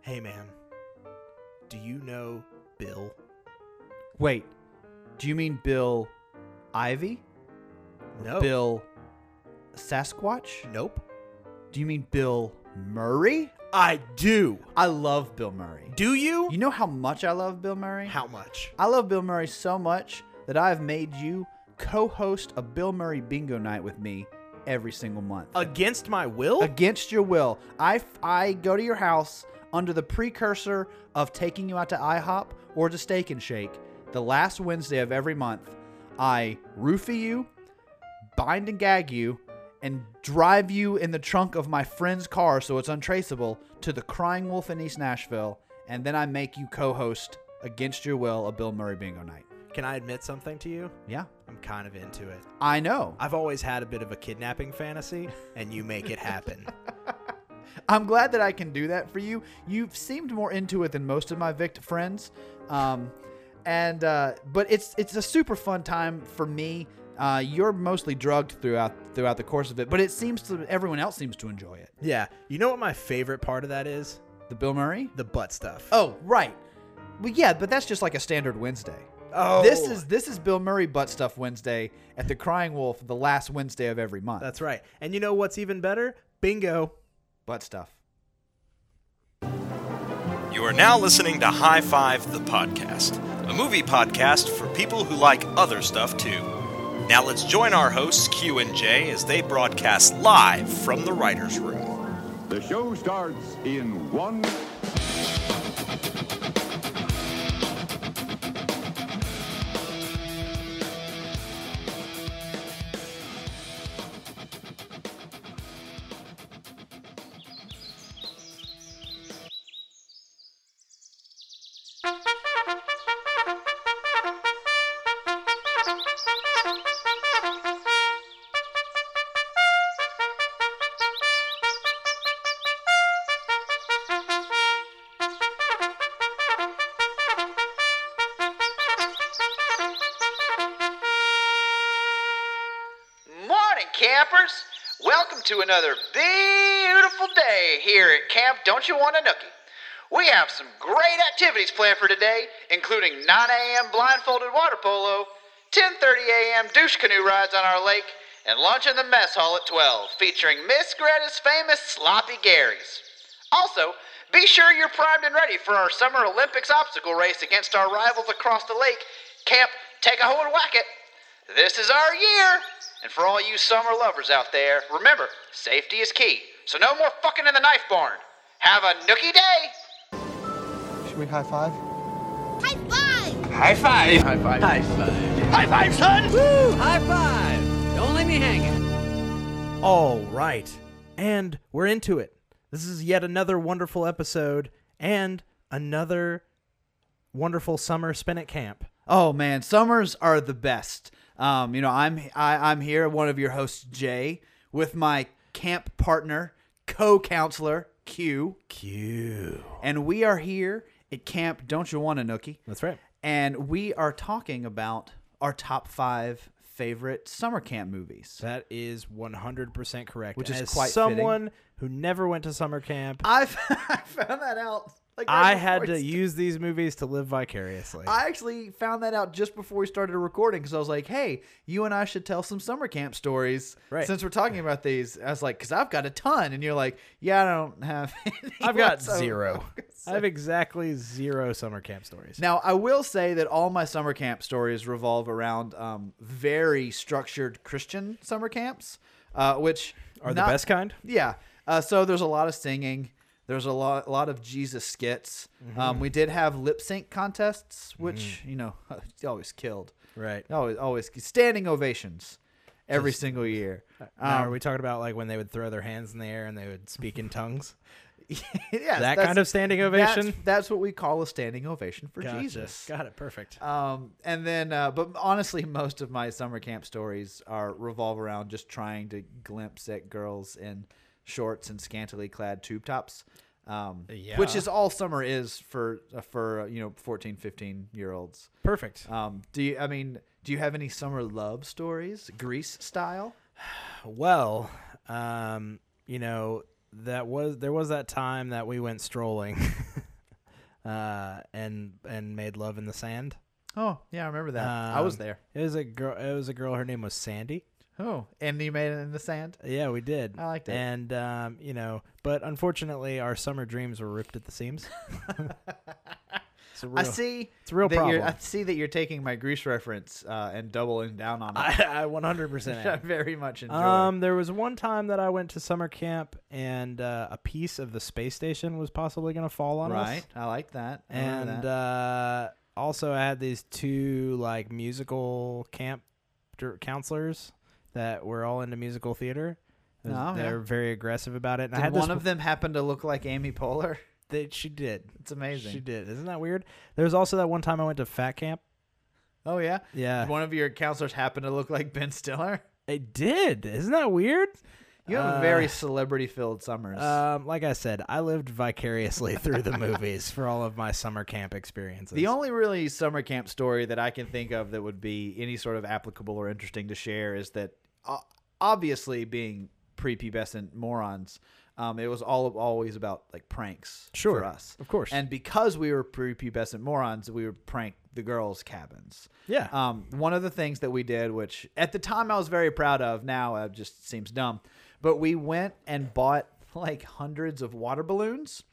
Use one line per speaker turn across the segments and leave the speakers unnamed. Hey man, do you know Bill?
Wait, do you mean Bill Ivy?
No.
Bill Sasquatch?
Nope.
Do you mean Bill Murray?
I do.
I love Bill Murray.
Do you?
You know how much I love Bill Murray?
How much?
I love Bill Murray so much that I've made you co host a Bill Murray bingo night with me every single month.
Against my will?
Against your will. I, f- I go to your house under the precursor of taking you out to IHOP or to Steak and Shake the last Wednesday of every month. I roofie you, bind and gag you, and drive you in the trunk of my friend's car so it's untraceable to the Crying Wolf in East Nashville. And then I make you co host, against your will, a Bill Murray bingo night.
Can I admit something to you?
Yeah.
I'm kind of into it.
I know.
I've always had a bit of a kidnapping fantasy, and you make it happen.
I'm glad that I can do that for you. You've seemed more into it than most of my Vict friends, um, and uh, but it's it's a super fun time for me. Uh, you're mostly drugged throughout throughout the course of it, but it seems to everyone else seems to enjoy it.
yeah. You know what my favorite part of that is?
The Bill Murray.
The butt stuff.
Oh right, well yeah, but that's just like a standard Wednesday.
Oh.
This is this is Bill Murray butt stuff Wednesday at the Crying Wolf, the last Wednesday of every month.
That's right. And you know what's even better? Bingo.
butt stuff.
You are now listening to High Five the Podcast, a movie podcast for people who like other stuff too. Now let's join our hosts, Q and J, as they broadcast live from the writer's room.
The show starts in one.
Morning, campers! Welcome to another beautiful day here at Camp Don't You Want a Nookie. We have some great activities planned for today, including 9 a.m. blindfolded water polo, 10:30 a.m. douche canoe rides on our lake, and lunch in the mess hall at 12, featuring Miss Greta's famous sloppy Garys. Also, be sure you're primed and ready for our Summer Olympics obstacle race against our rivals across the lake, Camp Take a Hoe and Whack It. This is our year! And for all you summer lovers out there, remember, safety is key. So no more fucking in the knife barn. Have a nookie day!
Should we high five?
High five!
All right. And we're into it. This is yet another wonderful episode and another wonderful summer spent at camp.
Oh man, summers are the best. Um, you know, I'm I, I'm here, one of your hosts, Jay, with my camp partner, co-counselor Q,
Q.
and we are here at camp. Don't you want a nookie?
That's right.
And we are talking about our top five favorite summer camp movies.
That is 100% correct.
Which
And
is
As
quite
someone who never went to summer camp.
I I found that out. Like right
I had
before
to
we
use these movies to live vicariously.
I actually found that out just before we started recording because I was like, "Hey, you and I should tell some summer camp stories
Right.
since we're talking about these." I was like, "Cause I've got a ton," and you're like, "Yeah, I don't have." Any
I've got
whatsoever."
zero. I have exactly zero summer camp stories.
Now, I will say that all my summer camp stories revolve around um, very structured Christian summer camps, uh, which
Are the best kind?
Yeah. Uh, so there's a lot of singing. There's a lot, a lot of Jesus skits.
Mm-hmm.
Um, we did have lip sync contests, which you know, always killed.
Right.
Always, always standing ovations every single year.
uh,
Um,
Now, are we talking about like when they would throw their hands in the air and they would speak in tongues?
yes,
that
that's-
kind of standing
that's-
ovation?
That's, what we call a standing ovation for
Gotcha.
Jesus.
Got it. Perfect.
Um, and then, uh, but honestly, most of my summer camp stories are revolve around just trying to glimpse at girls in shorts and scantily clad tube tops, um,
Yeah.
which is all summer is for uh, for uh, you know 14, 15 year olds.
Perfect. Uh,
Um, do you? I mean, do you have any summer love stories, Grease style?
Well, um, you know, that was there was that time that we went strolling uh, and and made love in the sand.
Oh, yeah, I remember that. I was
Um,
there.
It was a girl. It was a girl. Her name was Sandy.
Oh, and you made it in the sand.
Yeah, we did.
I liked it.
And um, you know, but unfortunately, our summer dreams were ripped at the seams. It's a
I
real-
see.
it's a real
that you're- I
problem.
see that you're taking my Grease reference uh, and doubling down on it.
I, I 100%
which
am.
I very much enjoy.
Um, there was one time that I went to summer camp and uh, a piece of the space station was possibly going to fall on us.
right, I like that. I remember
And
that.
uh, also, I had these two like musical camp dir- counselors that were all into musical theater. It was-
Oh, yeah.
they were very aggressive about it. And I
Did
had
one
this,
of them happen to look like Amy Poehler?
that she did.
It's amazing.
She did. Isn't that weird? There was also that one time I went to fat camp.
Oh yeah,
Yeah.
Did one of your counselors happen to look like Ben Stiller?
It did. Isn't that weird?
You have
Uh,
very celebrity-filled summers.
Um, like I said, I lived vicariously through the movies for all of my summer camp experiences.
The only really summer camp story that I can think of that would be any sort of applicable or interesting to share is that uh, obviously being prepubescent morons, um, it was all always about like pranks
Sure,
for us,
of course.
And because we were prepubescent morons, we would prank the girls' cabins.
Yeah.
Um, one of the things that we did, which at the time I was very proud of, now it just seems dumb, but we went and bought like hundreds of water balloons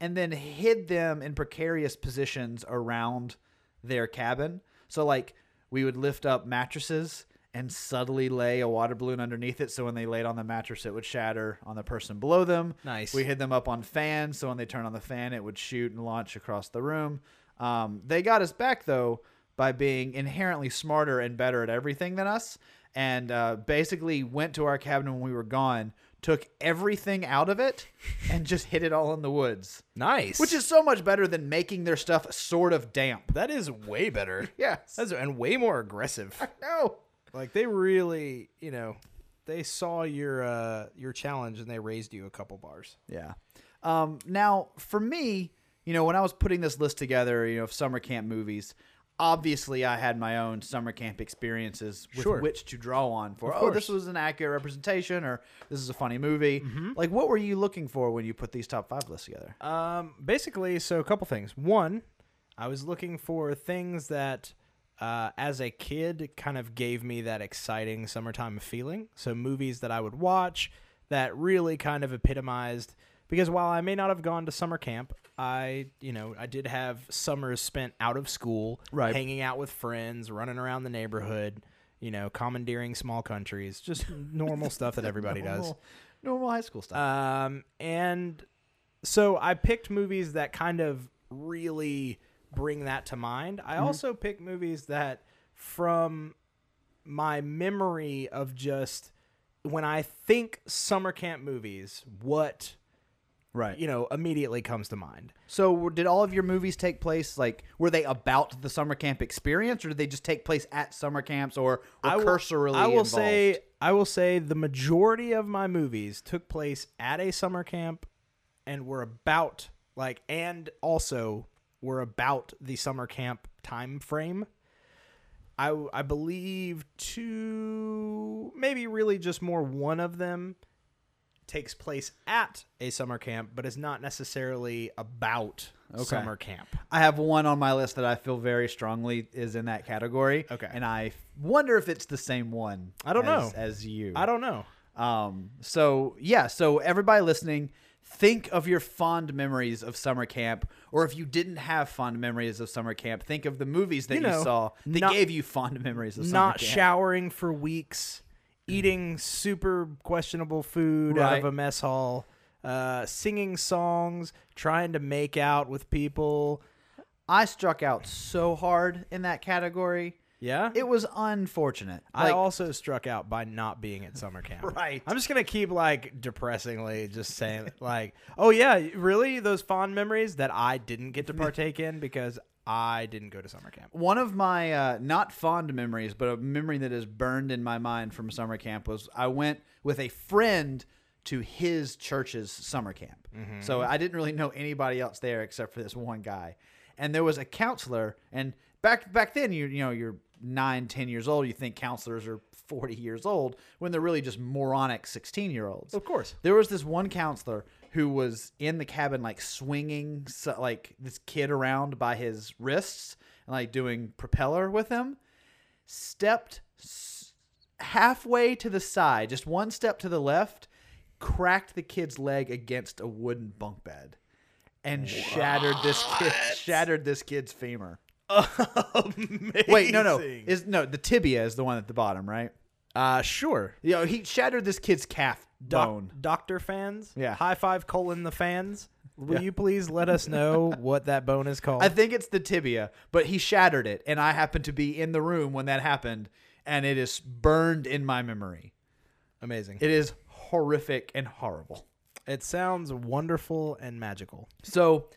and then hid them in precarious positions around their cabin. So like we would lift up mattresses and subtly lay a water balloon underneath it so when they laid on the mattress it would shatter on the person below them.
Nice.
We hid them up on fans so when they turned on the fan it would shoot and launch across the room. Um, they got us back though by being inherently smarter and better at everything than us and uh, basically went to our cabin when we were gone, took everything out of it and just hid it all in the woods.
nice,
Which is so much better than making their stuff sort of damp.
that is way better.
Yes.
That's, and way more aggressive.
No.
like they really, you know, they saw your uh your challenge and they raised you a couple bars.
Yeah. Um, now, for me, you know, when I was putting this list together, you know, of summer camp movies, obviously I had my own summer camp experiences with
Sure.
which to draw on for,
Of
oh, this
course. Mm-hmm.
was an accurate representation or this is a funny movie. Like, what were you looking for when you put these top five lists together?
Um, basically, so a couple things. One, I was looking for things that, uh, as a kid, kind of gave me that exciting summertime feeling. So movies that I would watch that really kind of epitomized. Because while I may not have gone to summer camp, I, you know, I did have summers spent out of school,
Right.
hanging out with friends, running around the neighborhood, you know, commandeering small countries, just normal stuff that everybody does.
Normal- Normal high school stuff.
Um, and so I picked movies that kind of really bring that to mind. I also picked movies that, from my memory of just when I think summer camp movies, what
right.
you know immediately comes to mind.
So were- did all of your movies take place like were they about the summer camp experience or did they just take place at summer camps or
I will-
cursorily
I will
involved?
say I will say the majority of my movies took place at a summer camp and were about like and also were about the summer camp time frame. I I believe two maybe really just more one of them takes place at a summer camp but is not necessarily about summer camp.
I have one on my list that I feel very strongly is in that category.
Okay.
And I f- wonder if it's the same one
I don't know.
as, as you.
I don't know.
Um, so yeah, so everybody listening, think of your fond memories of summer camp, or if you didn't have fond memories of summer camp, think of the movies that you,
You know,
saw that
not-
gave you fond memories of summer
not
camp.
showering for weeks, eating super questionable food out
Right.
of a mess hall, uh, singing songs, trying to make out with people.
I struck out so hard in that category.
Yeah.
It was unfortunate.
I
Like,
also struck out by not being at summer camp.
Right.
I'm just gonna keep like depressingly just saying like, oh yeah, really those fond memories that I didn't get to partake in because I didn't go to summer camp.
one of my uh, not fond memories, but a memory that is burned in my mind from summer camp was I went with a friend to his church's summer camp.
Mm-hmm.
So I didn't really know anybody else there except for this one guy. And there was a counselor, and back back then you you know you're nine ten years old. You think counselors are forty years old when they're really just moronic sixteen year olds.
Of course.
There was this one counselor who was in the cabin like swinging so, like this kid around by his wrists and like doing propeller with him stepped s- halfway to the side just one step to the left cracked the kid's leg against a wooden bunk bed and shattered this kid shattered this kid's femur
Amazing.
wait no no is no the tibia is the one at the bottom right
Uh, sure.
you know, he shattered this kid's calf
Doc-
bone
Doctor fans.
Yeah.
High five colon the fans. Will you please let us know what that bone is called?
I think it's the tibia, but he shattered it, and I happened to be in the room when that happened, and it is burned in my memory.
Amazing. It,
It is horrific and horrible.
sounds wonderful and magical.
So,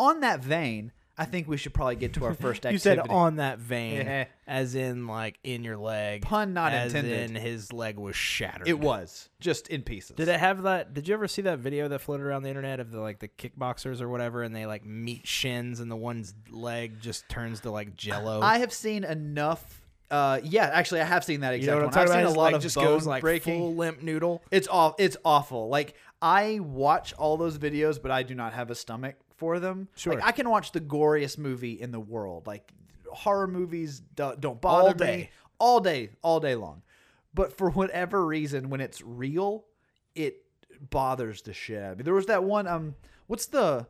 on that vein, I think we should probably get to our first activity.
You said on that vein,
Yeah.
as in like in your leg.
Pun not
as
intended.
In his leg was shattered.
It was just in pieces.
Did it have that? Did you ever see that video that floated around the internet of the like the kickboxers or whatever, and they like meet shins, and the one's leg just turns to like jello.
I have seen enough. Uh, yeah, actually, I have seen that exact
you know what I'm
one.
talking
I've
about?
seen
His
a lot
leg
of
just
bone
goes like
breaking.
full limp noodle.
It's off. It's awful. Like I watch all those videos, but I do not have a stomach for them.
Sure.
Like, I can watch the goriest movie in the world. Like horror movies do- don't bother
All day.
me all day, all day long. But for whatever reason, when it's real, it bothers the shit out of me. There was that one. Um, what's the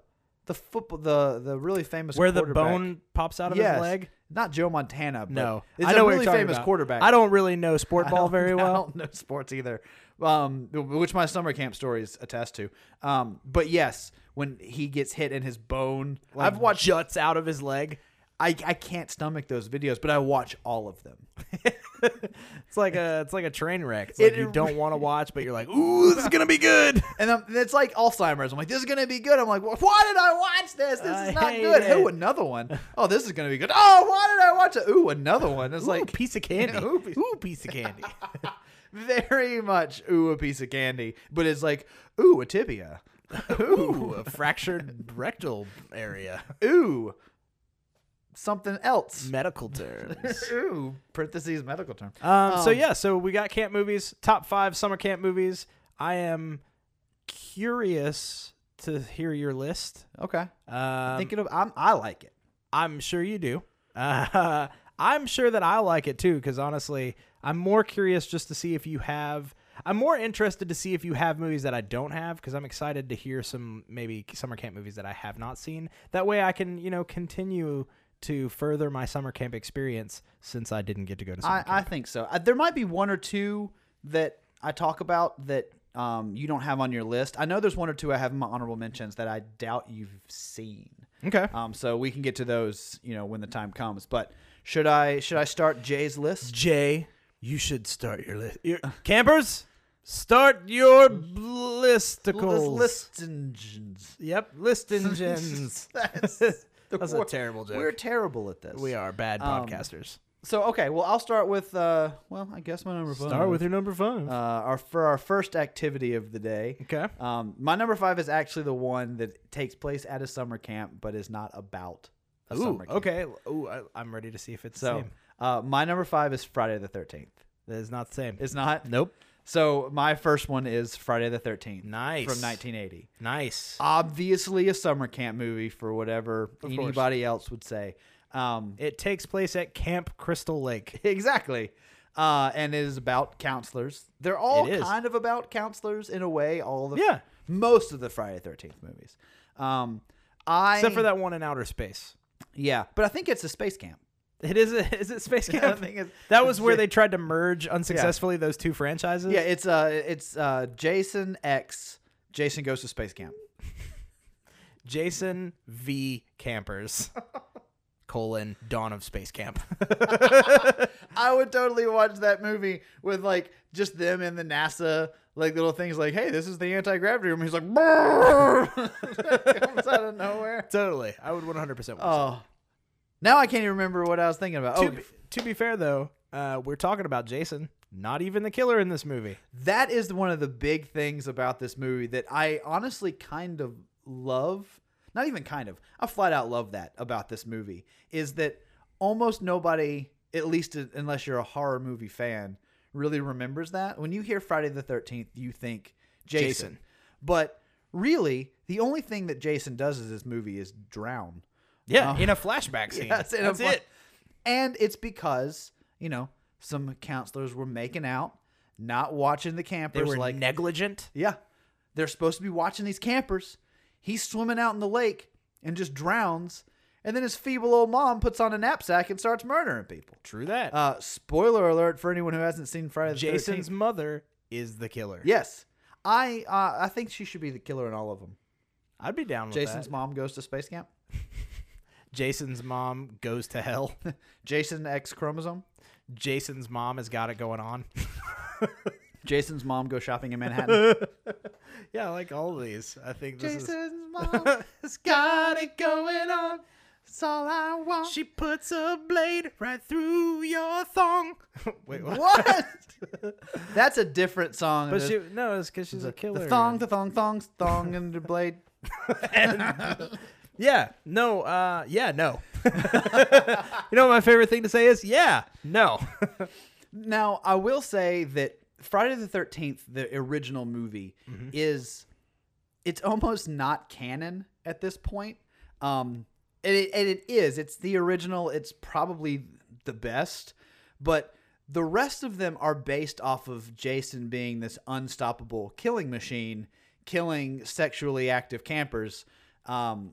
the football the the really famous
Where the
quarterback?
bone pops out of
Yes.
his leg.
Not Joe Montana. But
No,
it's
I know
a
what
really
you're talking
famous
about.
quarterback.
I don't really know sport ball
don't-
very
I
well.
don't know sports either, um, which my summer camp stories attest to. Um, but yes, when he gets hit in his bone, I've watched.
juts out of his leg.
I, I can't stomach those videos, but I watch all of them.
It's like a it's like a train wreck. It's like
It-
you don't want to watch, but you're like, ooh, this is gonna be good.
And I'm, it's like Alzheimer's. I'm like, this is gonna be good. I'm like, why did I watch this? This
I
is not
hate
good.
it.
Oh, another one. Oh, this is gonna be good. Oh, why did I watch it? Ooh, another one. It's
Like
like
piece of candy.
Yeah,
ooh,
ooh,
piece,
piece-
of candy.
very much ooh a piece of candy, but it's like ooh a tibia.
ooh, a fractured rectal area.
ooh something else.
Medical terms.
Ooh, parentheses medical term.
Um,
Oh.
so yeah, so we got camp movies, top five summer camp movies. I am curious to hear your list.
Okay.
Um,
Thinking of, I'm, I like it.
I'm sure you do. Uh, I'm sure that I like it too, because honestly, I'm more curious just to see if you have. I'm more interested to see if you have movies that I don't have, because I'm excited to hear some maybe summer camp movies that I have not seen. That way, I can you know continue to further my summer camp experience since I didn't get to go to summer
I,
camp.
I think so. I, there might be one or two that I talk about that um, you don't have on your list. I know there's one or two I have in my honorable mentions that I doubt you've seen.
okay.
Um, so we can get to those, you know, when the time comes. But should I should I start Jay's list?
Jay, you should start your list. Your,
Uh.
campers, start your listicles.
List engines.
Yep, list engines.
That's,
That's a terrible joke.
We're terrible at this.
We are bad
Um,
podcasters.
So okay, well I'll start with uh, well I guess my number.
Start with your number five.
uh, our for our first activity of the day.
okay.
Um, my number five is actually the one that takes place at a summer camp, but is not about a
Ooh,
summer camp.
okay. Ooh, I, I'm ready to see if it's the
So
same.
uh, my number five is Friday the Thirteenth.
That is not the same.
It's not.
nope.
So my first one is Friday the Thirteenth.
Nice.
From 1980.
Nice.
Obviously a summer camp movie for whatever
Of course.
anybody else would say. Um,
it takes place at Camp Crystal Lake.
exactly. Uh, and it is about counselors. They're all
It is.
kind of about counselors in a way. All the
Yeah.
most of the Friday Thirteenth movies. Um, I
Except for that one in outer space.
yeah, but I think it's a space camp.
It is. A, is it Space Camp?
I think it's-
that was where they tried to merge unsuccessfully those two franchises.
Yeah, it's uh, it's uh, Jason X. Jason goes to space camp.
Jason V. Campers. colon Dawn of Space Camp.
I would totally watch that movie with like just them and the NASA like little things like, hey, this is the anti gravity room. He's like, "Brrr." comes out of nowhere.
totally. I would 100% watch that.
Oh, now I can't even remember what I was thinking about.
to,
Oh,
be, to be fair though, uh, we're talking about Jason, not even the killer in this movie.
that is one of the big things about this movie that I honestly kind of love. Not even kind of. I flat out love that about this movie is that almost nobody, at least unless you're a horror movie fan, really remembers that. When you hear Friday the 13th, you think Jason.
Jason.
But really, the only thing that Jason does in this movie is drown.
Yeah,
Um,
in a flashback scene.
Yes, and
That's
I'm like-
it.
And it's because, you know, some counselors were making out, not watching the
They
campers.
were
like,
negligent.
yeah, they're supposed to be watching these campers. He's swimming out in the lake and just drowns. And then his feeble old mom puts on a knapsack and starts murdering people.
True that.
Uh, spoiler alert for anyone who hasn't seen Friday the
Jason's
13th.
mother is the killer.
Yes. I uh, I think she should be the killer in all of them.
I'd be down with
Jason's
that.
mom goes to space camp.
Jason's mom goes to hell.
Jason X chromosome.
Jason's mom has got it going on.
Jason's mom goes shopping in Manhattan.
Yeah, I like all of these. I think this is.
mom has got it going on. That's all I want.
She puts a blade right through your thong. Wait, what?
what? That's a different song.
But
The-
she no, it's because she's a killer.
the thong, the thong, thongs, thong, and the blade.
Yeah. No. Uh. Yeah. No. you know what my favorite thing to say is? Yeah. No.
Now, I will say that Friday the 13th, the original movie, is it's almost not canon at this point. Um, and it, and it is. It's the original. It's probably the best, but the rest of them are based off of Jason being this unstoppable killing machine, killing sexually active campers, um,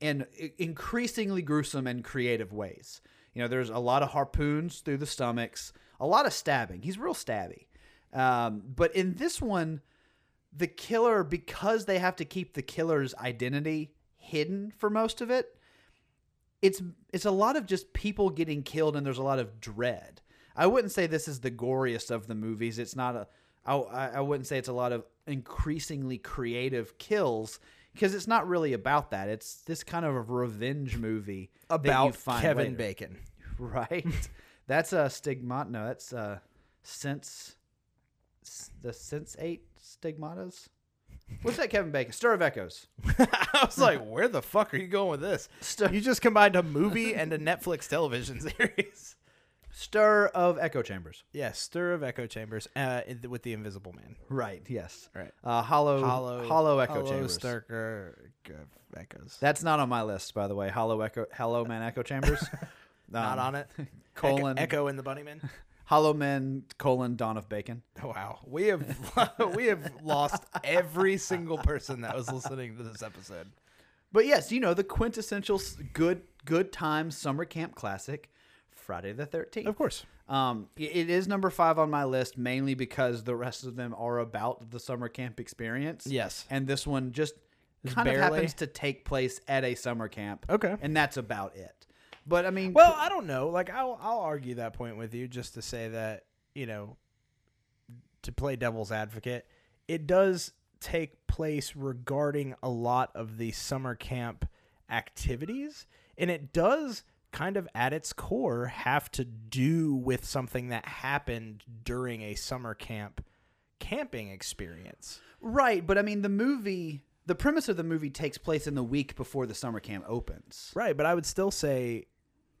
in i- increasingly gruesome and creative ways. You know, there's a lot of harpoons through the stomachs, a lot of stabbing. He's real stabby. Um, but in this one, the killer because they have to keep the killer's identity hidden for most of it it's it's a lot of just people getting killed and there's a lot of dread i wouldn't say this is the goriest of the movies it's not a i, I I wouldn't say it's a lot of increasingly creative kills because it's not really about that it's this kind of a revenge movie that you
About
find
Kevin
later.
Bacon.
Right. that's a stigmata. No, that's uh sense s- the sense eight stigmatas. What's that, Kevin Bacon? Stir of Echoes.
I was like, where the fuck are you going with this?
Stir-
You just combined a movie and a Netflix television series.
Stir of Echo Chambers.
Yeah, Stir of Echo Chambers uh, in- with the Invisible Man.
Right, yes.
Right.
Uh hollow hollow, echo
hollow
chambers.
Starker uh, echoes.
That's not on my list, by the way. Hollow echo hello man echo chambers.
Not
Um,
on it. Echo-
colon.
Echo and the Bunnymen.
Hollow men colon Dawn of Bacon.
Wow, we have we have lost every single person that was listening to this episode.
But yes, you know the quintessential s- good good time summer camp classic, Friday the Thirteenth.
Of course.
um, i- it is number five on my list mainly because the rest of them are about the summer camp experience.
Yes.
and this one just kind
barely-
of happens to take place at a summer camp.
Okay.
and that's about it. But I mean,
Well, I don't know. Like I'll I'll argue that point with you just to say that, you know, to play devil's advocate, it does take place regarding a lot of the summer camp activities and it does kind of at its core have to do with something that happened during a summer camp camping experience.
right? But I mean, the movie, the premise of the movie takes place in the week before the summer camp opens.
Right, but I would still say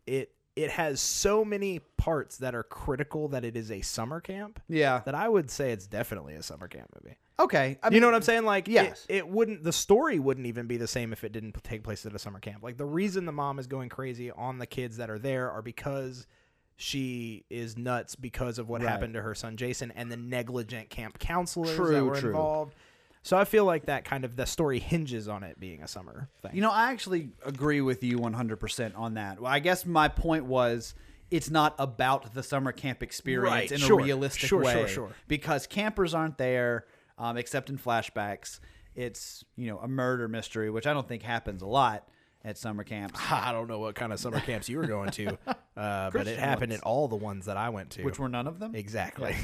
it it has so many parts that are critical that it is a summer camp.
Yeah.
That I would say it's definitely a summer camp movie.
Okay, I mean,
you know what I'm saying? Like, it-
yes.
it, wouldn't. The story wouldn't even be the same if it didn't p- take place at a summer camp. Like, the reason the mom is going crazy on the kids that are there are because she is nuts because of what
Right.
happened to her son Jason and the negligent camp counselors
True,
that were
true.
involved. So I feel like that kind of the story hinges on it being a summer thing.
You know, I actually agree with you 100% on that. Well, I guess my point was it's not about the summer camp experience
Right,
in
sure,
a realistic
sure,
way.
sure, sure.
Because campers aren't there um, except in flashbacks. It's, you know, a murder mystery, which I don't think happens a lot at summer camps.
I don't know what kind of summer camps you were going to, uh, but it
Christian
happened
ones.
at all the ones that I went to.
Which were none of them?
exactly.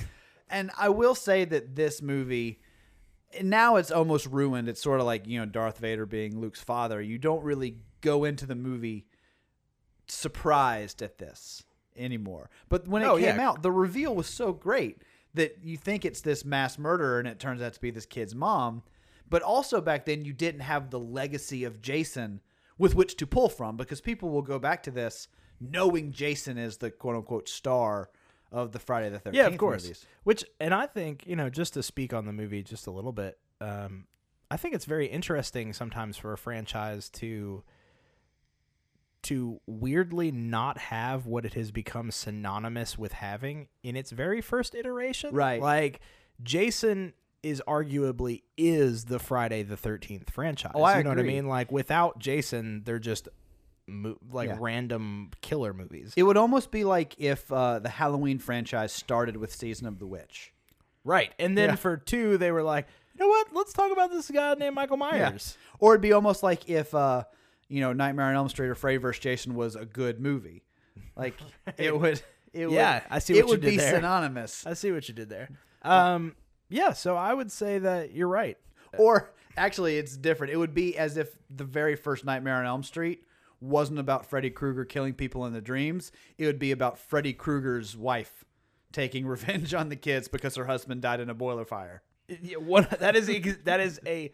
And I will say that this movie now it's almost ruined. It's sort of like, you know, Darth Vader being Luke's father. You don't really go into the movie surprised at this anymore. But when it
Oh,
came
yeah.
out, the reveal was so great that you think it's this mass murderer and it turns out to be this kid's mom. But also back then you didn't have the legacy of Jason with which to pull from because people will go back to this knowing Jason is the quote unquote star of the Friday the 13th
Yeah, of course.
movies.
Which, and I think you know, just to speak on the movie just a little bit, um, I think it's very interesting sometimes for a franchise to to weirdly not have what it has become synonymous with having in its very first iteration.
Right.
Like Jason is arguably is the Friday the 13th franchise.
Oh, I
you know what I
agree.
mean? Like without Jason, they're just mo- like
Yeah.
random killer movies.
It would almost be like if uh, the Halloween franchise started with Season of the Witch.
right. And then
Yeah.
for 2, they were like, "You know what? Let's talk about this guy named Michael Myers."
Or it'd be almost like if uh, you know, Nightmare on Elm Street or Freddy vs. Jason was a good movie. Like it would it
Yeah,
would,
I see what
it
you
would
did
be
there.
synonymous.
I see what you did there. Um, yeah, so I would say that you're right.
Or actually it's different. It would be as if the very first Nightmare on Elm Street wasn't about Freddy Krueger killing people in the dreams. It would be about Freddy Krueger's wife taking revenge on the kids because her husband died in a boiler fire.
Yeah, What that is ex- that is a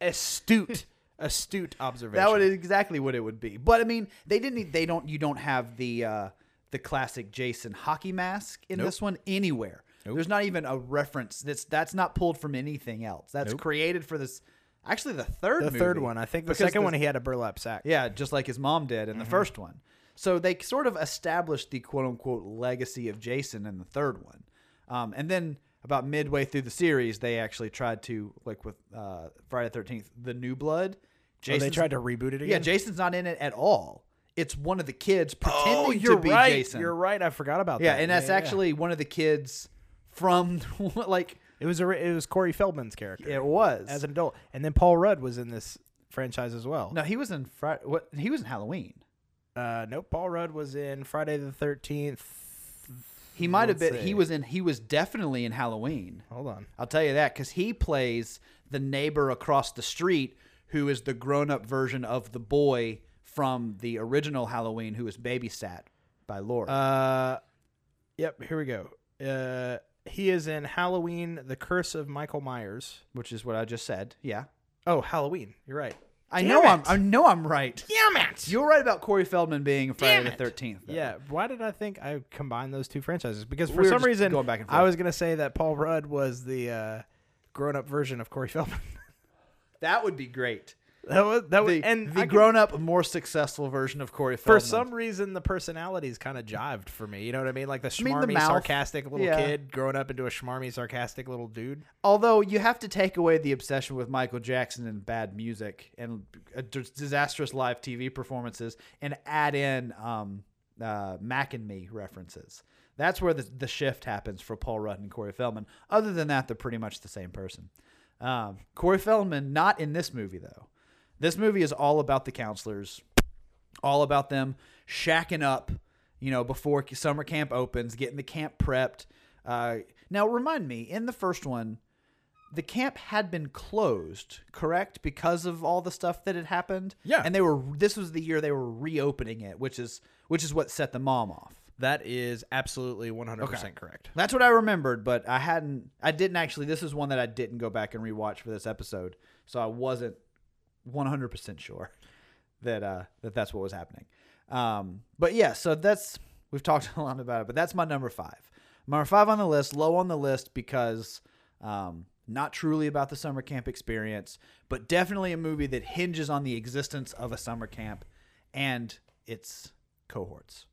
astute astute observation.
That would exactly what it would be. But I mean, they didn't. need- They don't. You don't have the uh, the classic Jason hockey mask in this one anywhere. There's not even a reference. That's that's not pulled from anything else. That's created for this. Actually, the third
the third
movie.
one, I think the
Because
second
the-
one he Mm-hmm. had a burlap sack.
yeah, just like his mom did in the first one. So they sort of established the quote unquote legacy of Jason in the third one. Um, and then about midway through the series, they actually tried to, like with uh, Friday the 13th, The New Blood.
Oh, they
Jason's-
tried to reboot it again.
Yeah, Jason's not in it at all. It's one of the kids pretending
Oh, you're
to be
right.
Jason.
You're right. I forgot about
Yeah,
that.
and that's actually one of the kids from like
it was a, it was Corey Feldman's character
it was.
as an adult, and then Paul Rudd was in this franchise as well.
no, he was in Friday. What he was in Halloween.
uh, nope. Paul Rudd was in Friday the Thirteenth.
He might have
Mm, Let's
been.
see.
He was in. He was definitely in Halloween.
Hold on.
I'll tell you that because he plays the neighbor across the street who is the grown-up version of the boy from the original Halloween who was babysat by Laura.
Uh, yep. Here we go. Uh, he is in Halloween: The Curse of Michael Myers.
which is what I just said. Yeah,
Oh, Halloween. You're right.
I
Damn
know. I'm.
it.
I know. I'm right.
Damn it.
You're right about Corey Feldman being Friday the Thirteenth.
yeah. Why did I think I combined those two franchises? Because for
We were
some
just
reason,
going back and
I
forth.
was gonna say that Paul Rudd was the uh, grown-up version of Corey Feldman.
that would be great.
that was that was
The,
and I
the
could-
grown-up, more successful version of Corey
for
Feldman.
some reason the personalities kind of jived for me. You know what I mean? Like the
mean,
schmarmy,
the mouth.
sarcastic little
Yeah.
kid growing up into a schmarmy, sarcastic little dude.
although you have to take away the obsession with Michael Jackson and bad music and uh, dis- disastrous live TV performances, and add in um, uh, Mac and Me references. That's where the, the shift happens for Paul Rudd and Corey Feldman. Other than that, they're pretty much the same person. Um, Corey Feldman, not in this movie though. This movie is all about the counselors, all about them shacking up, you know, before c- summer camp opens, getting the camp prepped. Uh, now, remind me, in the first one, the camp had been closed, correct, because of all the stuff that had happened.
Yeah.
and they were. This was the year they were reopening it, which is which is what set the mom off.
That is absolutely 100% correct.
That's what I remembered, but I hadn't. I didn't actually. This is one that I didn't go back and rewatch for this episode, so I wasn't one hundred percent sure that uh, that that's what was happening. Um, but yeah, so that's we've talked a lot about it, but that's my number five. Number five on the list, low on the list because um, not truly about the summer camp experience, but definitely a movie that hinges on the existence of a summer camp and its cohorts.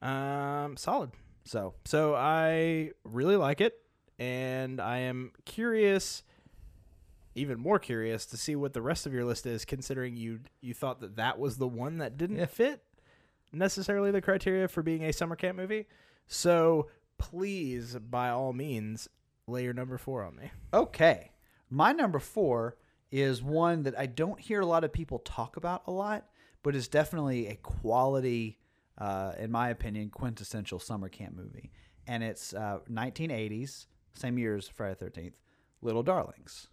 Um solid.
So
So I really like it and I am curious even more curious to see what the rest of your list is considering you you thought that that was the one that didn't fit necessarily the criteria for being a summer camp movie. So please by all means lay your number 4 on me.
Okay. My number four is one that I don't hear a lot of people talk about a lot, but is definitely a quality, uh, in my opinion, quintessential summer camp movie. And it's uh, 1980s, same year as Friday the 13th, Little Darlings.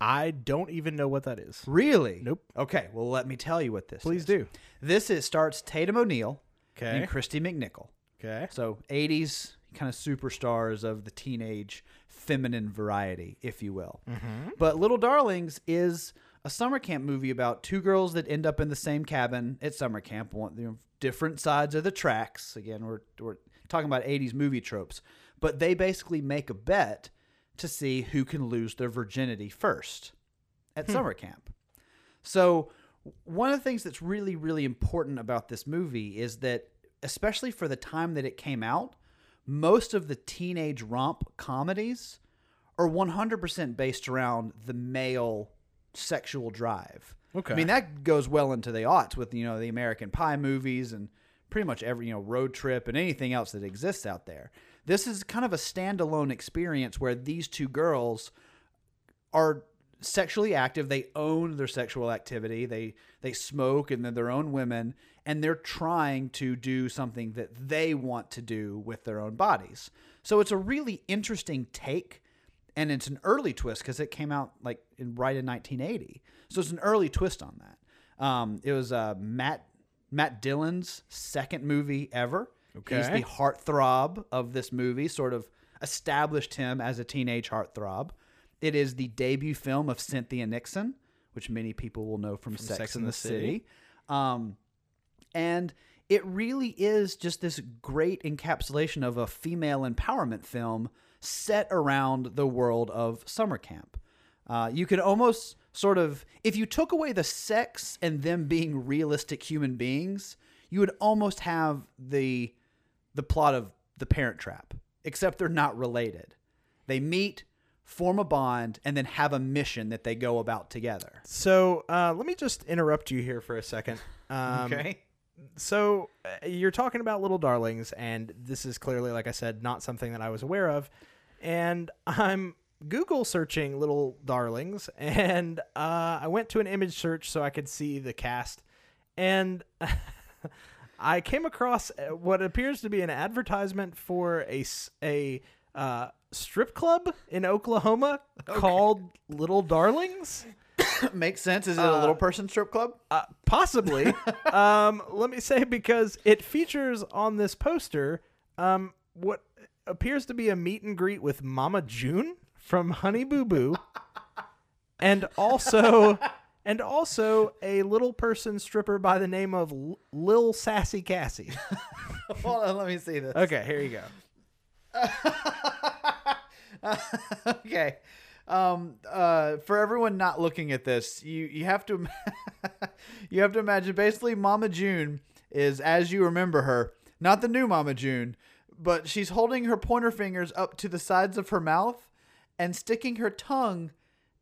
I don't even know what that is.
Really?
Nope.
Okay, well, let me tell you what this
Please
is.
do.
This is, starts Tatum O'Neal
Okay.
and Christy McNichol.
Okay.
So 80s kind of superstars of the teenage feminine variety, if you will. But Little Darlings is a summer camp movie about two girls that end up in the same cabin at summer camp, one you know, different sides of the tracks. Again, we're we're talking about 80s movie tropes, but they basically make a bet to see who can lose their virginity first. at summer camp. So, one of the things that's really, really important about this movie is that, especially for the time that it came out, most of the teenage romp comedies are 100% based around the male sexual drive.
Okay.
I mean, that goes well into the aughts with, you know, the American Pie movies and pretty much every, you know, road trip and anything else that exists out there. This is kind of a standalone experience where these two girls are sexually active. They own their sexual activity. They they smoke and they're their own women, and they're trying to do something that they want to do with their own bodies. So it's a really interesting take, and it's an early twist because it came out like in, right in 1980. So it's an early twist on that. Um, it was uh, Matt Matt Dillon's second movie ever. He's
Okay.
the heartthrob of this movie, sort of established him as a teenage heartthrob. It is the debut film of Cynthia Nixon, which many people will know from, Sex, and the, City. Um, and it really is just this great encapsulation of a female empowerment film set around the world of summer camp. Uh, you could almost sort of, if you took away the sex and them being realistic human beings, you would almost have the the plot of The Parent Trap, except they're not related. They meet, form a bond, and then have a mission that they go about together.
So uh, let me just interrupt you here for a second. Um, So uh, you're talking about Little Darlings, and this is clearly, like I said, not something that I was aware of. And I'm Google searching Little Darlings, and uh, I went to an image search so I could see the cast, and. I came across uh, what appears to be an advertisement for a s- a, uh, strip club in Oklahoma called Little Darlings.
Makes sense. Is it a little person strip club?
Uh, possibly. um, let me say because it features on this poster um, what appears to be a meet and greet with Mama June from Honey Boo Boo, and also and also a little person stripper by the name of L- Lil Sassy Cassie.
Hold on, let me see this.
Okay, here you go.
okay. Um, uh, for everyone not looking at this, you you have to you have to imagine basically Mama June is as you remember her, not the new Mama June, but she's holding her pointer fingers up to the sides of her mouth and sticking her tongue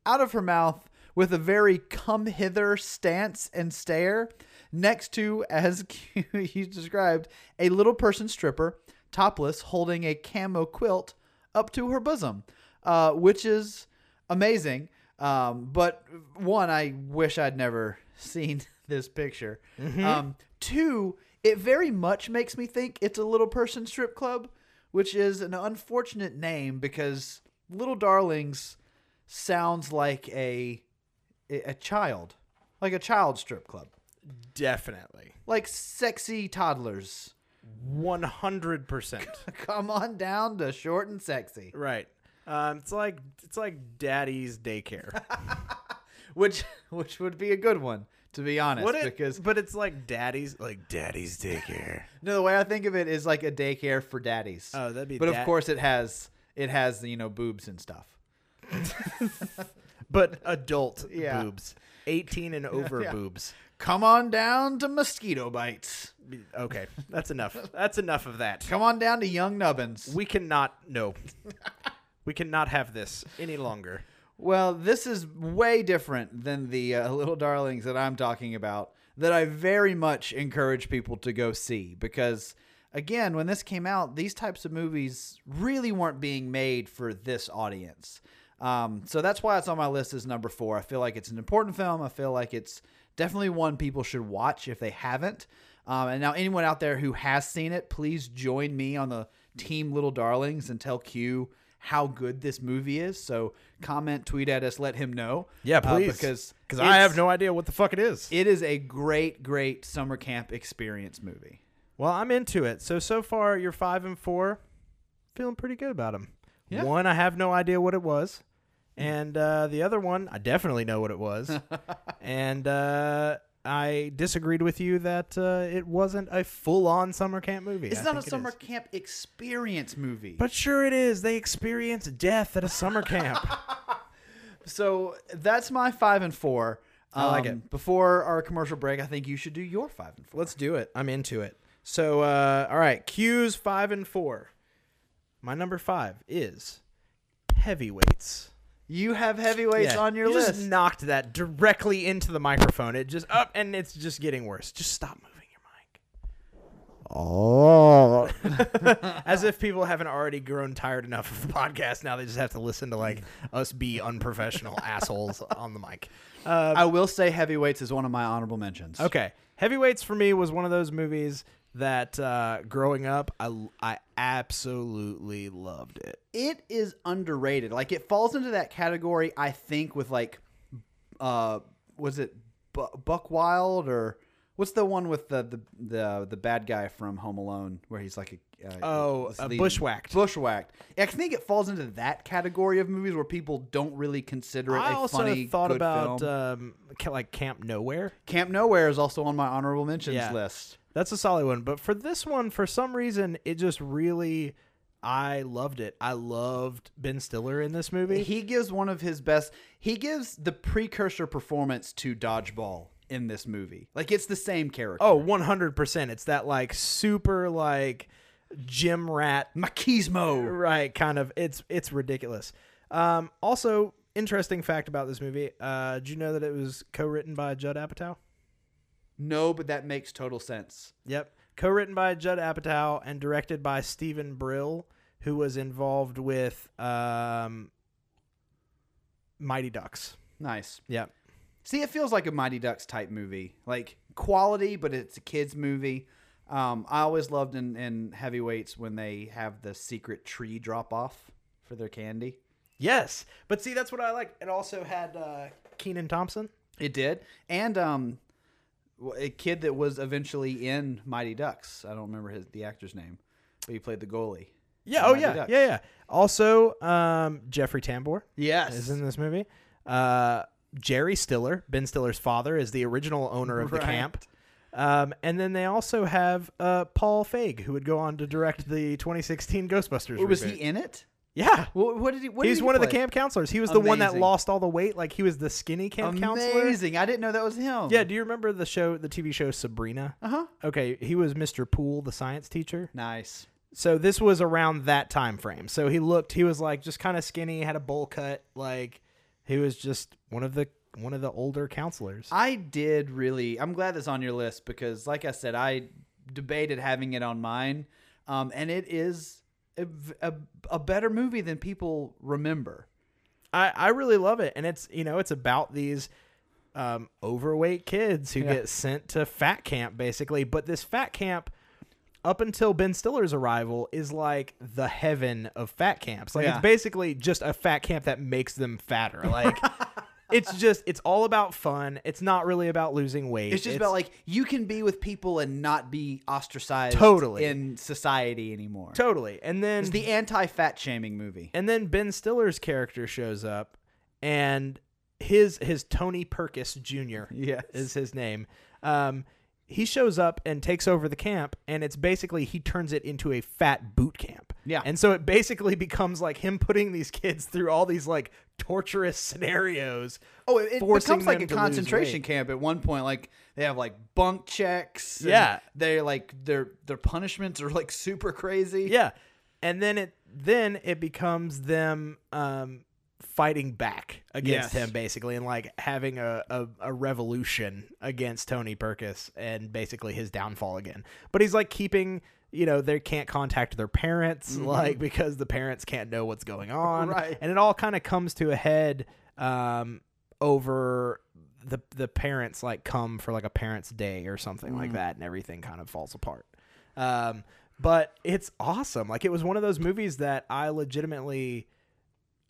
out of her mouth with a very come hither stance and stare next to as you described a little person stripper topless holding a camo quilt up to her bosom, uh, which is amazing. Um, but one, I wish I'd never seen this picture. Um, two, it very much makes me think it's a little person strip club, which is an unfortunate name because Little Darlings sounds like a a child, like a child strip club,
Definitely,
like sexy toddlers.
one hundred percent.
Come on down to short and sexy.
Right. Um, it's like it's like Daddy's daycare.
which which would be a good one to be honest
What it-
because
but it's like Daddy's like Daddy's daycare.
no the way i think of it is like a daycare for daddies
Oh, that'd be
but
da-
of course it has it has you know boobs and stuff
but adult
Yeah.
boobs 18 and over
Yeah.
boobs
come on down to mosquito bites
okay that's enough that's enough of that
come on down to young nubbins
we cannot no we cannot have this any longer
well this is way different than the uh, little darlings that i'm talking about that i very much encourage people to go see because again when this came out these types of movies really weren't being made for this audience Um, so that's why it's on my list as number four. I feel like it's an important film. I feel like it's definitely one people should watch if they haven't. Um, and now, anyone out there who has seen it, please join me on the Team Little Darlings and tell Q how good this movie is. So comment, tweet at us, let him know. Uh, because
because i have
it's-
no idea what the fuck it is
It is a great, great summer camp experience movie.
well i'm into it so so far you're five and four feeling pretty good about them
Yeah.
one i have no idea what it was and uh, the other one i definitely know what it was and uh, i disagreed with you that uh, it wasn't a full-on summer camp movie
It's
I
not a
think it
summer
is.
camp experience movie.
But sure it is. They experience death at a summer camp.
So that's my five and four. I
like it.
Before our commercial break, I think you should do your five and four.
Let's do it. I'm into it. So, uh, all right, cues five and four. My number five is heavyweights.
You have heavyweights on your
you
list.
Just knocked that directly into the microphone. It just up, and it's just getting worse. Just stop moving your mic. Oh, as if people haven't already grown tired enough of the podcast. Now they just have to listen to like us be unprofessional assholes on the mic.
Uh, I will say heavyweights is one of my honorable mentions.
Okay, heavyweights for me was one of those movies that uh, growing up, I I absolutely loved it.
it is underrated. Like it falls into that category, I think, with like, uh, was it Bu Buck Wild or what's the one with the the the, the bad guy from Home Alone where he's like a uh,
Oh,
he's
uh,
leading-
Bushwhacked.
Bushwhacked. I think it falls into that category of movies where people don't really consider it
I
a
also
funny,
thought
good
about
film.
um, ca- like Camp Nowhere.
Camp Nowhere is also on my honorable mentions
Yeah.
list.
That's a solid one. But for this one, for some reason, it just really, I loved it. I loved Ben Stiller in this movie.
He gives one of his best. He gives the precursor performance to Dodgeball in this movie. Like it's the same character.
oh, 100%. It's that like super like gym rat,
machismo.
right? Kind of. It's, it's ridiculous. Um, also, interesting fact about this movie. Uh, did you know that it was co written by Judd Apatow?
No, but that makes total sense.
Yep. Co-written by Judd Apatow and directed by Stephen Brill, who was involved with um, Mighty Ducks.
Nice.
Yep.
See, it feels like a Mighty Ducks type movie, like quality, but it's a kids movie. Um, I always loved in, in heavyweights when they have the secret tree drop off for their candy.
Yes, but see, that's what I like. It also had uh, Keenan Thompson.
It did, and um, w- a kid that was eventually in Mighty Ducks. I don't remember his the actor's name, but he played the goalie.
Yeah. Oh
Mighty
yeah.
Ducks.
Yeah. Yeah. Also, um, Jeffrey Tambor
Yes,
is in this movie. Uh, Jerry Stiller, Ben Stiller's father, is the original owner of the
Right.
camp. Um, and then they also have uh, Paul Feig, who would go on to direct the 2016 Ghostbusters.
was
reboot.
he in it?
Yeah.
What, what did he? What
He's
did he
one of the
play?
camp counselors. He was the one that
Amazing.
lost all the weight. Like he was the skinny camp counselor.
Amazing! I didn't know that was him.
Yeah. Do you remember the show, the TV show Sabrina? Uh
Uh-huh.
huh. Okay. He was Mr. Poole, the science teacher.
nice.
So this was around that time frame. So he looked, he was like just kind of skinny, had a bowl cut. Like he was just one of the one of the older counselors.
I did really. I'm glad that's on your list because, like I said, I debated having it on mine, um, and it is a, v- a- a better movie than people remember.
I, I really love it. And it's, you know, it's about these um, overweight kids who get sent to fat camp, basically. But this fat camp, up until Ben Stiller's arrival, is like the heaven of fat camps. Like,
Yeah.
it's basically just a fat camp that makes them fatter. Like, it's just, it's all about fun. It's not really about losing weight.
It's just about like you can be with people and not be ostracized
Totally.
in society anymore.
totally. And then
It's the anti-fat shaming movie.
And then Ben Stiller's character shows up, and his his Tony Perkis Jr.
Yes.
is his name. Um, he shows up and takes over the camp, and it's basically he turns it into a fat boot camp.
Yeah.
and so it basically becomes like him putting these kids through all these like torturous scenarios.
Oh, it, it
forcing
becomes like
them
a
to lose
concentration
weight.
camp at one point. Like they have like bunk checks. and
Yeah.
they're like their their punishments are like super crazy.
Yeah, and then it then it becomes them um, fighting back against
Yes.
him basically, and like having a, a a revolution against Tony Perkis and basically his downfall again. But he's like keeping. You know they can't contact their parents, like because the parents can't know what's going on,
Right.
And it all kind of comes to a head um, over the the parents like come for like a parents' day or something like that, and everything kind of falls apart. Um, but it's awesome. Like it was one of those movies that I legitimately,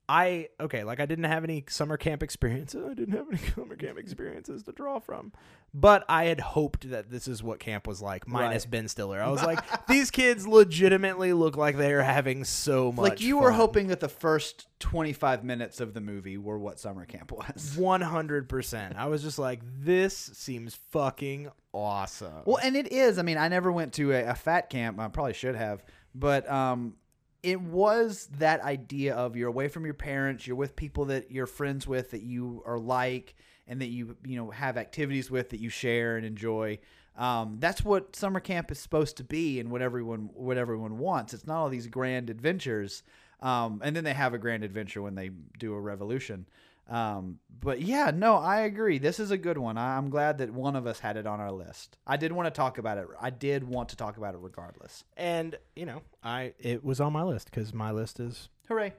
I okay, like I didn't have any summer camp experiences. I didn't have any summer camp experiences to draw from, but I had hoped that this is what camp was like, minus Ben Stiller. I was like, these kids legitimately look like they are having so much.
Like you were
fun.
hoping that the first 25 minutes of the movie were what summer camp was.
One hundred percent. I was just like, this seems fucking awesome.
Well, and it is. I mean, I never went to a, a fat camp. I probably should have, but um, it was that idea of you're away from your parents, you're with people that you're friends with that you are like and that you you know have activities with that you share and enjoy. Um, that's what summer camp is supposed to be and what everyone what everyone wants. It's not all these grand adventures. Um, and then they have a grand adventure when they do a revolution. Um, but yeah, no, I agree. This is a good one. I, I'm glad that one of us had it on our list. I did want to talk about it. I did want to talk about it regardless.
And you know, I it was on my list because my list is
Hooray.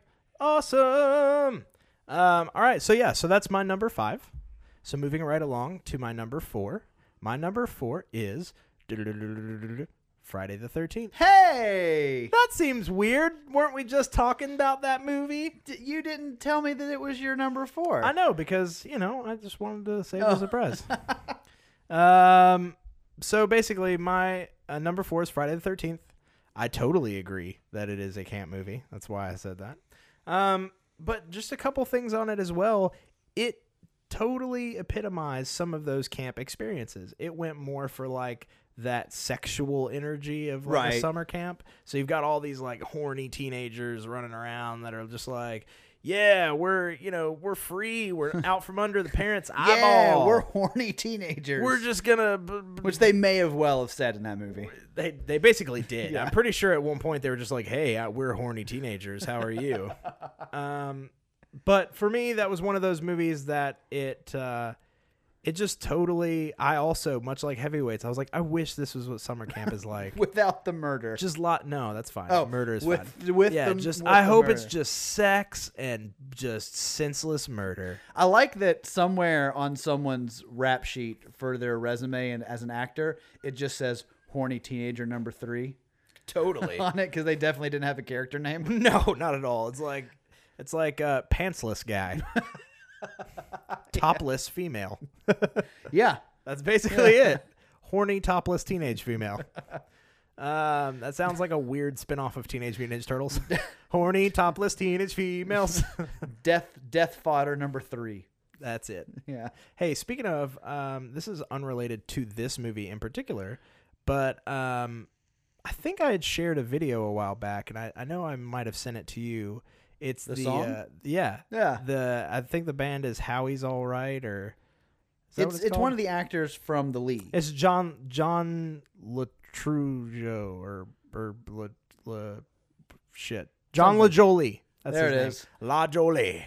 awesome. Um, all right, so yeah, so that's my number five. So moving right along to my number four. My number four is Friday the Thirteenth.
Hey!
That seems weird. Weren't we just talking about that movie?
D- you didn't tell me that it was your number four.
I know because you know I just wanted to save the surprise. um, so basically, my uh, number four is Friday the Thirteenth. I totally agree that it is a camp movie. That's why I said that. Um, but just a couple things on it as well. It totally epitomized some of those camp experiences. It went more for like that sexual energy of like a
Right.
summer camp. So you've got all these like horny teenagers running around that are just like, yeah, we're you know we're free. We're out from under the parents'
yeah,
eyeball.
we're horny teenagers.
we're just gonna. b- b-
which they may have well have said in that movie.
They, they basically did. I'm pretty sure at one point they were just like, "Hey, I, we're horny teenagers. How are you?" um, but for me, that was one of those movies that it uh, it just totally. I also much like heavyweights. I was like, I wish this was what summer camp is like.
Without the murder.
Just lot. No, that's fine.
Oh,
murder is
with-
fine.
with
yeah,
the-
just.
with
I
the
hope it's
murder.
just sex and just senseless murder.
I like that somewhere on someone's rap sheet for their resume and as an actor, it just says horny teenager number three
Totally.
on it because they definitely didn't have a character name.
no, not at all. It's like it's like a pantsless guy, topless female.
yeah.
That's basically it. Horny topless teenage female. Um, that sounds like a weird spin-off of Teenage Mutant Ninja Turtles. Horny topless teenage females.
Death death fodder number three.
That's it.
Yeah.
Hey, speaking of, um, this is unrelated to this movie in particular, but um, I think I had shared a video a while back, and I, I know I might have sent it to you. It's the,
song?
Uh, yeah,
Yeah.
The I think the band is Howie's All Right, or is that what
It's it's, one
called?
of the actors from the league.
It's John John Latrujo or or La, La, shit John LaJolie. That's
There
his
it
name.
is.
LaJolie.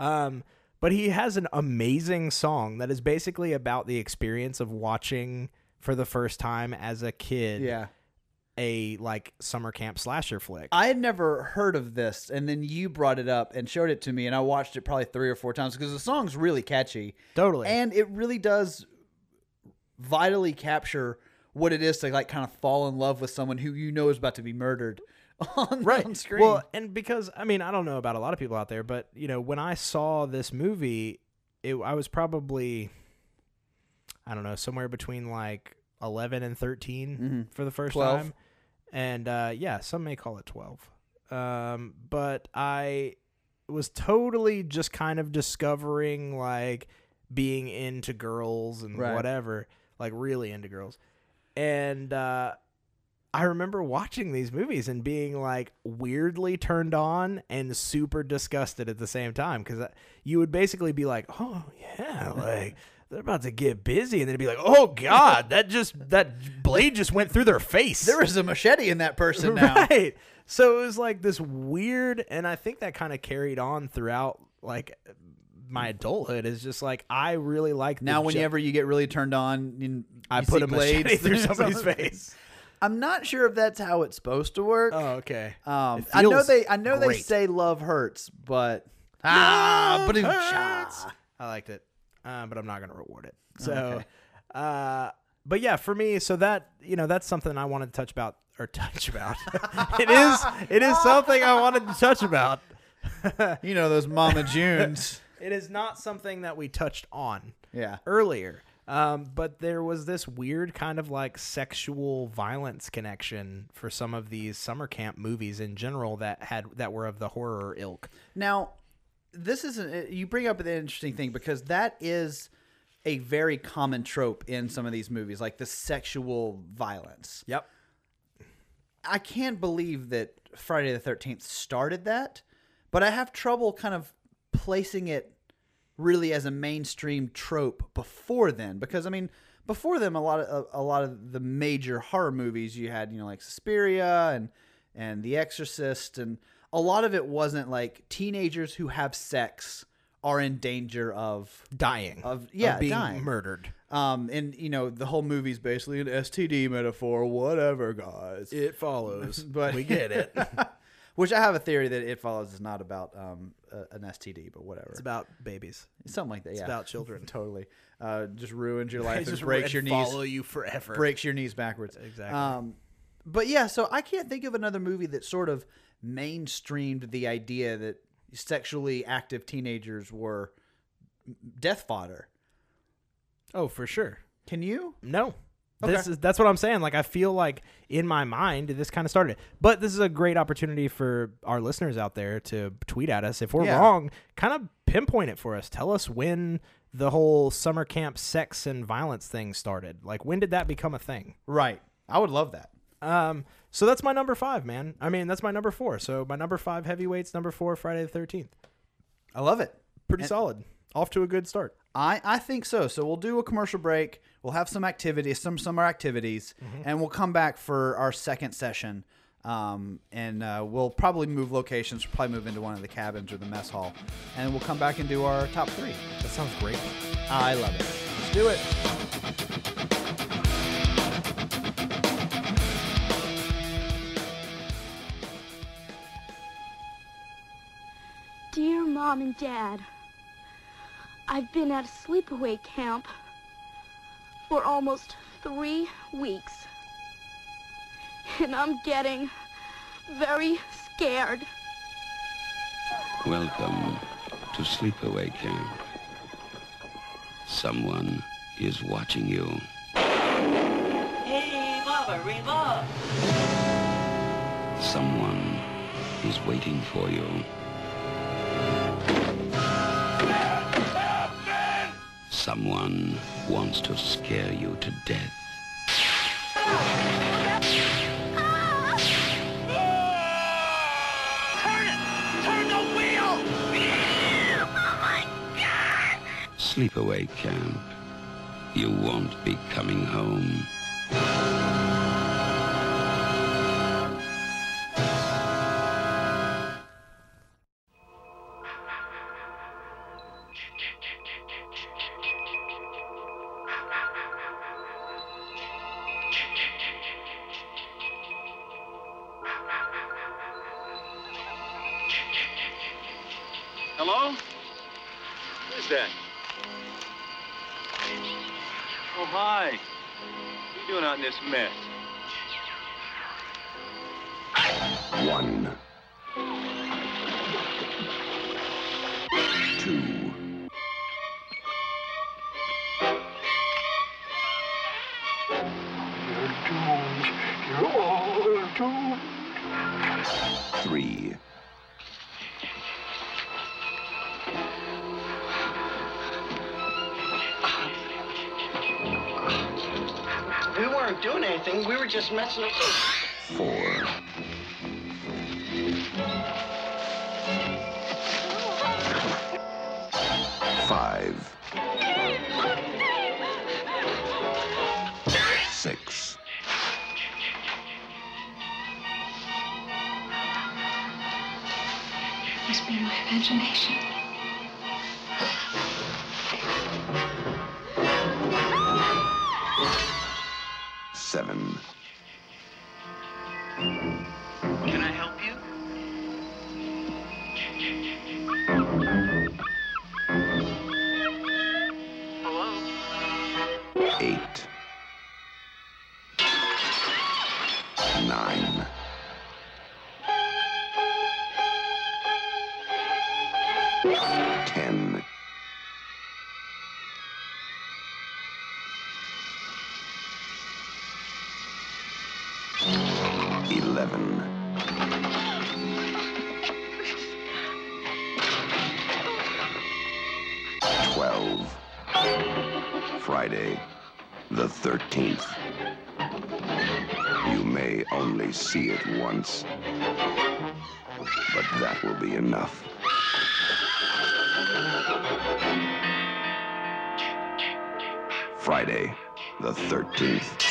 Um, but he has an amazing song that is basically about the experience of watching for the first time as a kid
yeah.
a like summer camp slasher flick.
I had never heard of this, and then you brought it up and showed it to me, and I watched it probably three or four times because the song's really catchy,
totally.
and it really does vitally capture what it is to like kind of fall in love with someone who you know is about to be murdered on, on screen.
Well, and because I mean, I don't know about a lot of people out there, but you know, when I saw this movie, it, I was probably, I don't know, somewhere between like eleven and 13
Mm-hmm.
for the first
12.
time, and uh, yeah, some may call it twelve. Um, but I was totally just kind of discovering like being into girls and
Right.
whatever, like really into girls, and. uh I remember watching these movies and being like weirdly turned on and super disgusted at the same time because you would basically be like, "Oh yeah, like they're about to get busy," and then it'd be like, "Oh god, that just that blade just went through their face."
there is a machete in that person now.
Right. So it was like this weird, and I think that kind of carried on throughout like my adulthood. Is just like I really like the
Now,
ju-
whenever you get really turned on, you,
I
you
put
see
a machete
blades
through somebody's face.
I'm not sure if that's how it's supposed to work.
Oh okay.
Um,
It
I know
feels
they, I know they
great.
say love hurts, but ah,
Love
ba-doo-cha.
hurts. I liked it, uh, but I'm not going to reward it. So, uh, but yeah, for me, so that you know, that's something I wanted to touch about or touch about. it is, it is something I wanted to touch about.
you know those Mama Junes.
It is not something that we touched on
yeah.
earlier. Um, but there was this weird kind of like sexual violence connection for some of these summer camp movies in general that had that were of the horror ilk.
Now, this is an, you bring up an interesting thing because that is a very common trope in some of these movies, like the sexual violence.
Yep.
I can't believe that Friday the Thirteenth started that, but I have trouble kind of placing it really as a mainstream trope before then because I mean before them a lot of a, a lot of the major horror movies you had you know like Suspiria and and The Exorcist and a lot of it wasn't like teenagers who have sex are in danger of
dying
Of- yeah,
being
dying.
murdered.
um and you know the whole movie's basically an STD metaphor whatever guys
It follows,
But-
we get it. It's
which I have a theory that it follows is not about um uh, an STD but whatever
about babies.
something like that yeah
about children.
totally uh just ruins your life
They
and
just
breaks
would
your knees
Follow you forever.
breaks your knees backwards.
Exactly.
Um, but yeah, so I can't think of another movie that sort of mainstreamed the idea that sexually active teenagers were death fodder.
Oh, for sure.
Can you?
No.
Okay.
This is that's what I'm saying. Like I feel like in my mind this kind of started. it. But this is a great opportunity for our listeners out there to tweet at us if we're
Yeah.
wrong, kind of pinpoint it for us. Tell us when the whole summer camp sex and violence thing started. Like when did that become a thing?
Right. I would love that.
Um so that's my number 5, man. I mean, that's my number 4. So my number 5 heavyweights, number 4 Friday the 13th.
I love it.
Pretty solid. Off to a good start.
I, I think so. So we'll do a commercial break. We'll have some activities, some summer activities, and we'll come back for our second session. Um, and uh, we'll probably move locations. We'll probably move into one of the cabins or the mess hall, and we'll come back and do our top three.
That sounds great.
I love it. Let's do it.
Dear Mom and Dad, I've been at a sleepaway camp for almost three weeks. And I'm getting very scared.
Welcome to Sleepaway Camp. Someone is watching you.
Hey, Baba, Reba.
Someone is waiting for you. Someone wants to scare you to death.
Turn it! Turn the wheel!
Sleepaway Camp. You won't be coming home.
Hello? Who's that? Oh, hi. What are you doing out in this mess?
One. Two. Three.
We weren't doing anything. We were just messing with
Four. Five. Six.
Must be in my imagination.
Seven.
Can I help you? Hello?
Eight. Nine. Ten. Eleven. Twelve. Friday, the 13th. You may only see it once. but that will be enough. Friday, the 13th.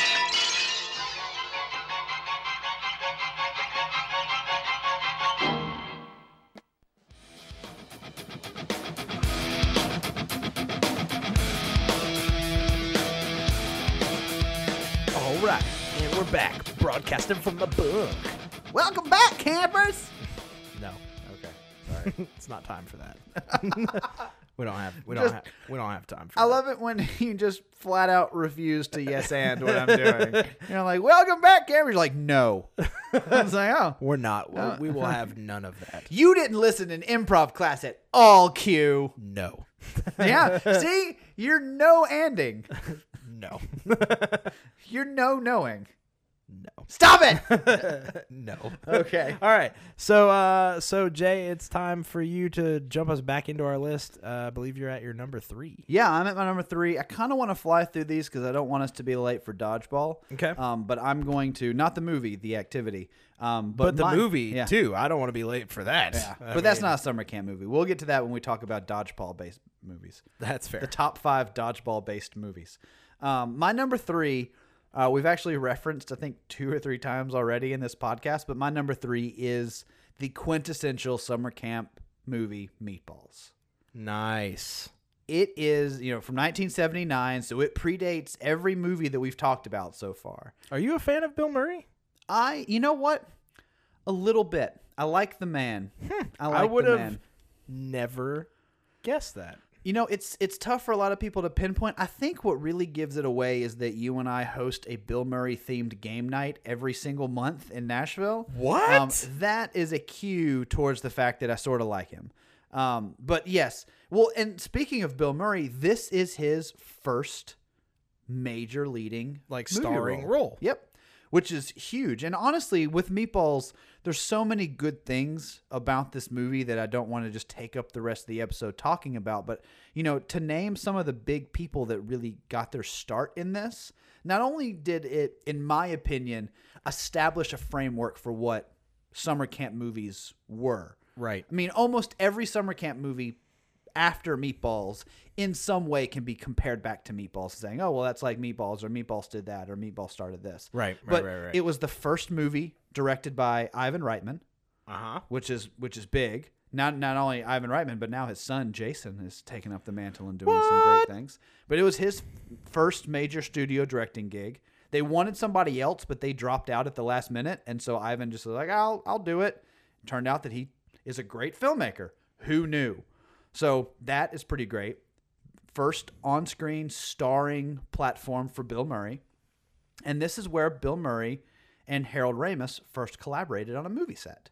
All right, and we're back, broadcasting from the book.
Welcome back, campers.
No,
Okay. Sorry.
it's not time for that. we don't have we don't
Just-
have we don't have time for.
I
that.
love it when you just flat out refuse to yes and what I'm doing. You're like, welcome back, campers. You're like, no. I was like, oh.
We're not. we we will have none of that.
You didn't listen in improv class at all, Q.
No,
Yeah. See? You're no anding.
no,
You're no knowing.
no,
Stop it.
no.
Okay.
All right. So, uh, so Jay, it's time for you to jump us back into our list. Uh, I believe you're at your number three.
Yeah, I'm at my number three. I kind of want to fly through these because I don't want us to be late for dodgeball.
Okay.
Um, but I'm going to not the movie, the activity. Um, but,
But, the
my-
movie
yeah.
too. I don't want to be late for that.
Yeah. But that's not a summer camp movie. We'll get to that when we talk about dodgeball based movies.
That's fair.
The top five dodgeball based movies. Um, my number three, uh, we've actually referenced, I think, two or three times already in this podcast, but my number three is the quintessential summer camp movie, Meatballs.
nice.
It is, you know, from 1979, so it predates every movie that we've talked about so far.
Are you a fan of Bill Murray?
I, you know what? A little bit. I like the man. I like the
Hmm. would've-
man.
Never guessed that.
You know, it's it's tough for a lot of people to pinpoint. I think what really gives it away is that you and I host a Bill Murray themed game night every single month in Nashville. Um,
What?
that is a cue towards the fact that I sort of like him. Um, but yes, well, and speaking of Bill Murray, this is his first major leading
Like
movie
starring role.
Yep. Which is huge. And honestly, with Meatballs, there's so many good things about this movie that I don't want to just take up the rest of the episode talking about. But, you know, to name some of the big people that really got their start in this, not only did it, in my opinion, establish a framework for what summer camp movies were.
Right.
I mean, almost every summer camp movie after Meatballs in some way can be compared back to Meatballs, saying, "Oh, well, that's like Meatballs, or Meatballs did that, or Meatballs started this."
Right, right,
but
right, right.
It was the first movie directed by Ivan Reitman,
Uh huh.
which is which is big. Not not only Ivan Reitman, but now his son Jason is taking up the mantle and doing some great things. But it was his first major studio directing gig. They wanted somebody else, but they dropped out at the last minute, and so Ivan just was like, "I'll I'll do it." Turned out that he is a great filmmaker. Who knew? So that is pretty great. First on-screen starring platform for Bill Murray. And this is where Bill Murray and Harold Ramis first collaborated on a movie set.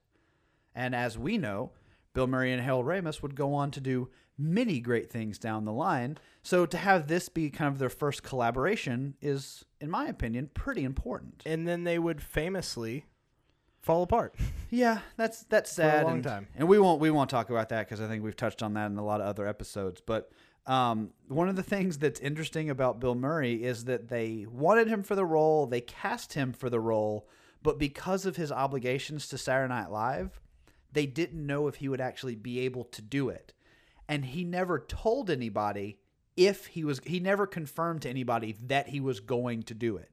And as we know, Bill Murray and Harold Ramis would go on to do many great things down the line. So to have this be kind of their first collaboration is, in my opinion, pretty important.
And then they would famously fall apart.
Yeah, that's that's sad.
long
and,
time.
and we won't we won't talk about that because I think we've touched on that in a lot of other episodes. But um, one of the things that's interesting about Bill Murray is that they wanted him for the role, they cast him for the role, but because of his obligations to Saturday Night Live, they didn't know if he would actually be able to do it, and he never told anybody if he was. He never confirmed to anybody that he was going to do it.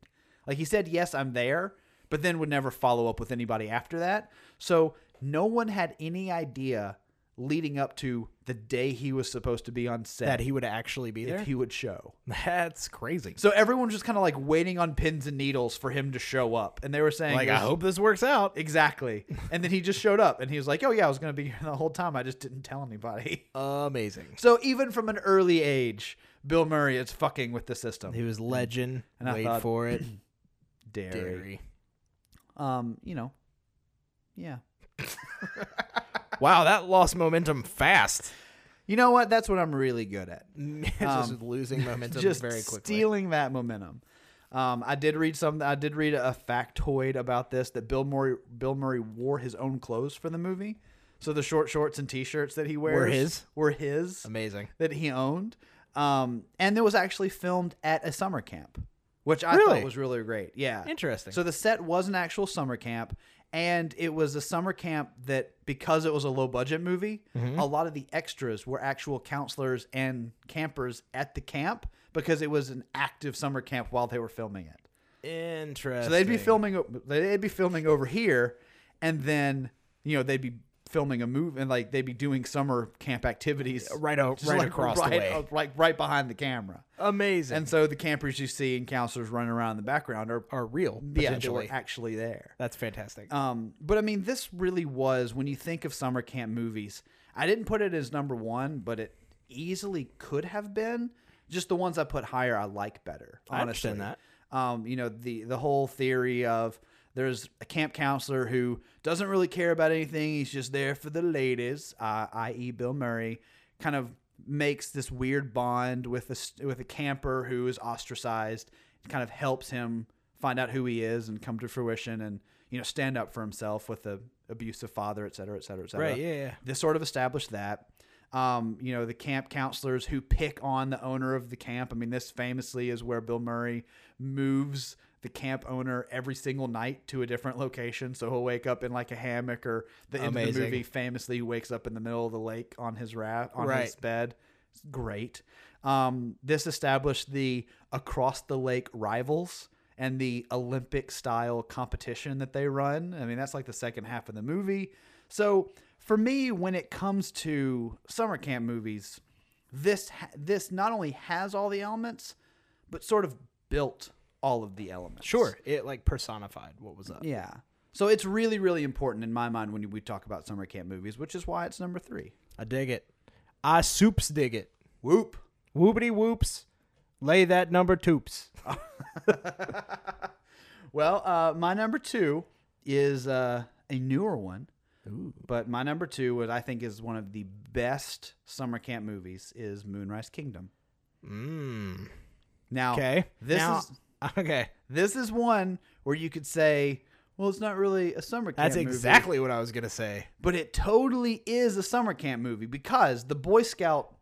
Like he said, yes, I'm there, but then would never follow up with anybody after that. So no one had any idea leading up to the day he was supposed to be on set
That he would actually be there.
if he would show.
That's crazy.
So everyone was just kind of like waiting on pins and needles for him to show up, and they were saying,
like, I
this-
hope this works out.
exactly." And then he just showed up, and he was like, "Oh yeah, I was going to be here the whole time. I just didn't tell anybody."
Amazing.
So even from an early age, Bill Murray is fucking with the system.
He was legend.
And I
Wait
thought,
for it.
dairy.
Dairy.
Um, you know, yeah.
Wow, that lost momentum fast.
You know what? That's what I'm really good at.
just losing momentum
just
very quickly.
stealing that momentum. Um, I did read some. I did read a factoid about this that Bill Murray Bill Murray wore his own clothes for the movie. So the short shorts and t-shirts that he wears
his?
were his
Amazing.
that he owned. Um, and it was actually filmed at a summer camp, which I
Really?
thought was really great. Yeah,
Interesting.
So the set was an actual summer camp, And it was a summer camp that, because it was a low budget movie,
Mm-hmm.
a lot of the extras were actual counselors and campers at the camp because it was an active summer camp while they were filming it.
Interesting.
So they'd be filming. They'd be filming over here, and then you know they'd be filming a move and like they'd be doing summer camp activities
Uh, Right o-
just,
right across the
right,
way.
uh, like right behind the camera.
amazing
And so the campers you see and counselors running around in the background are,
are real
yeah, they were
potentially.
actually there.
That's fantastic.
Um, but I mean, this really was when you think of summer camp movies. I didn't put it as number one, but it easily could have been. Just the ones I put higher, I like better.
I
Honestly,
understand
Um, you know the the whole theory of there's a camp counselor who doesn't really care about anything. He's just there for the ladies, uh, i.e., Bill Murray. Kind of makes this weird bond with a s- with a camper who is ostracized. It kind of helps him find out who he is and come to fruition, and you know stand up for himself with the abusive father, et cetera, et cetera, et cetera.
Right, yeah, yeah.
This sort of established that. Um, you know, the camp counselors who pick on the owner of the camp. I mean, this famously is where Bill Murray moves the camp owner every single night to a different location. So he'll wake up in like a hammock or the end of the
Amazing.
movie famously he wakes up in the middle of the lake on his raft on his
Right.
bed. It's great. Um, this established the across the lake rivals and the Olympic style competition that they run. I mean, that's like the second half of the movie. So for me, when it comes to summer camp movies, this ha- this not only has all the elements, but sort of built all of the elements.
sure, it like personified what was up.
Yeah. So it's really, really important in my mind when we talk about summer camp movies, which is why it's number three.
I dig it. I soups dig it.
Whoop.
Whoopity whoops. Lay that number toops.
Well, uh, my number two is uh, a newer one. But my number two, what I think is one of the best summer camp movies, is Moonrise Kingdom.
Mm.
Now,
Okay.
this
Now-
is
Okay.
this is one where you could say, well, it's not really a summer camp.
That's
movie.
exactly what I was gonna say.
but it totally is a summer camp movie because the Boy Scout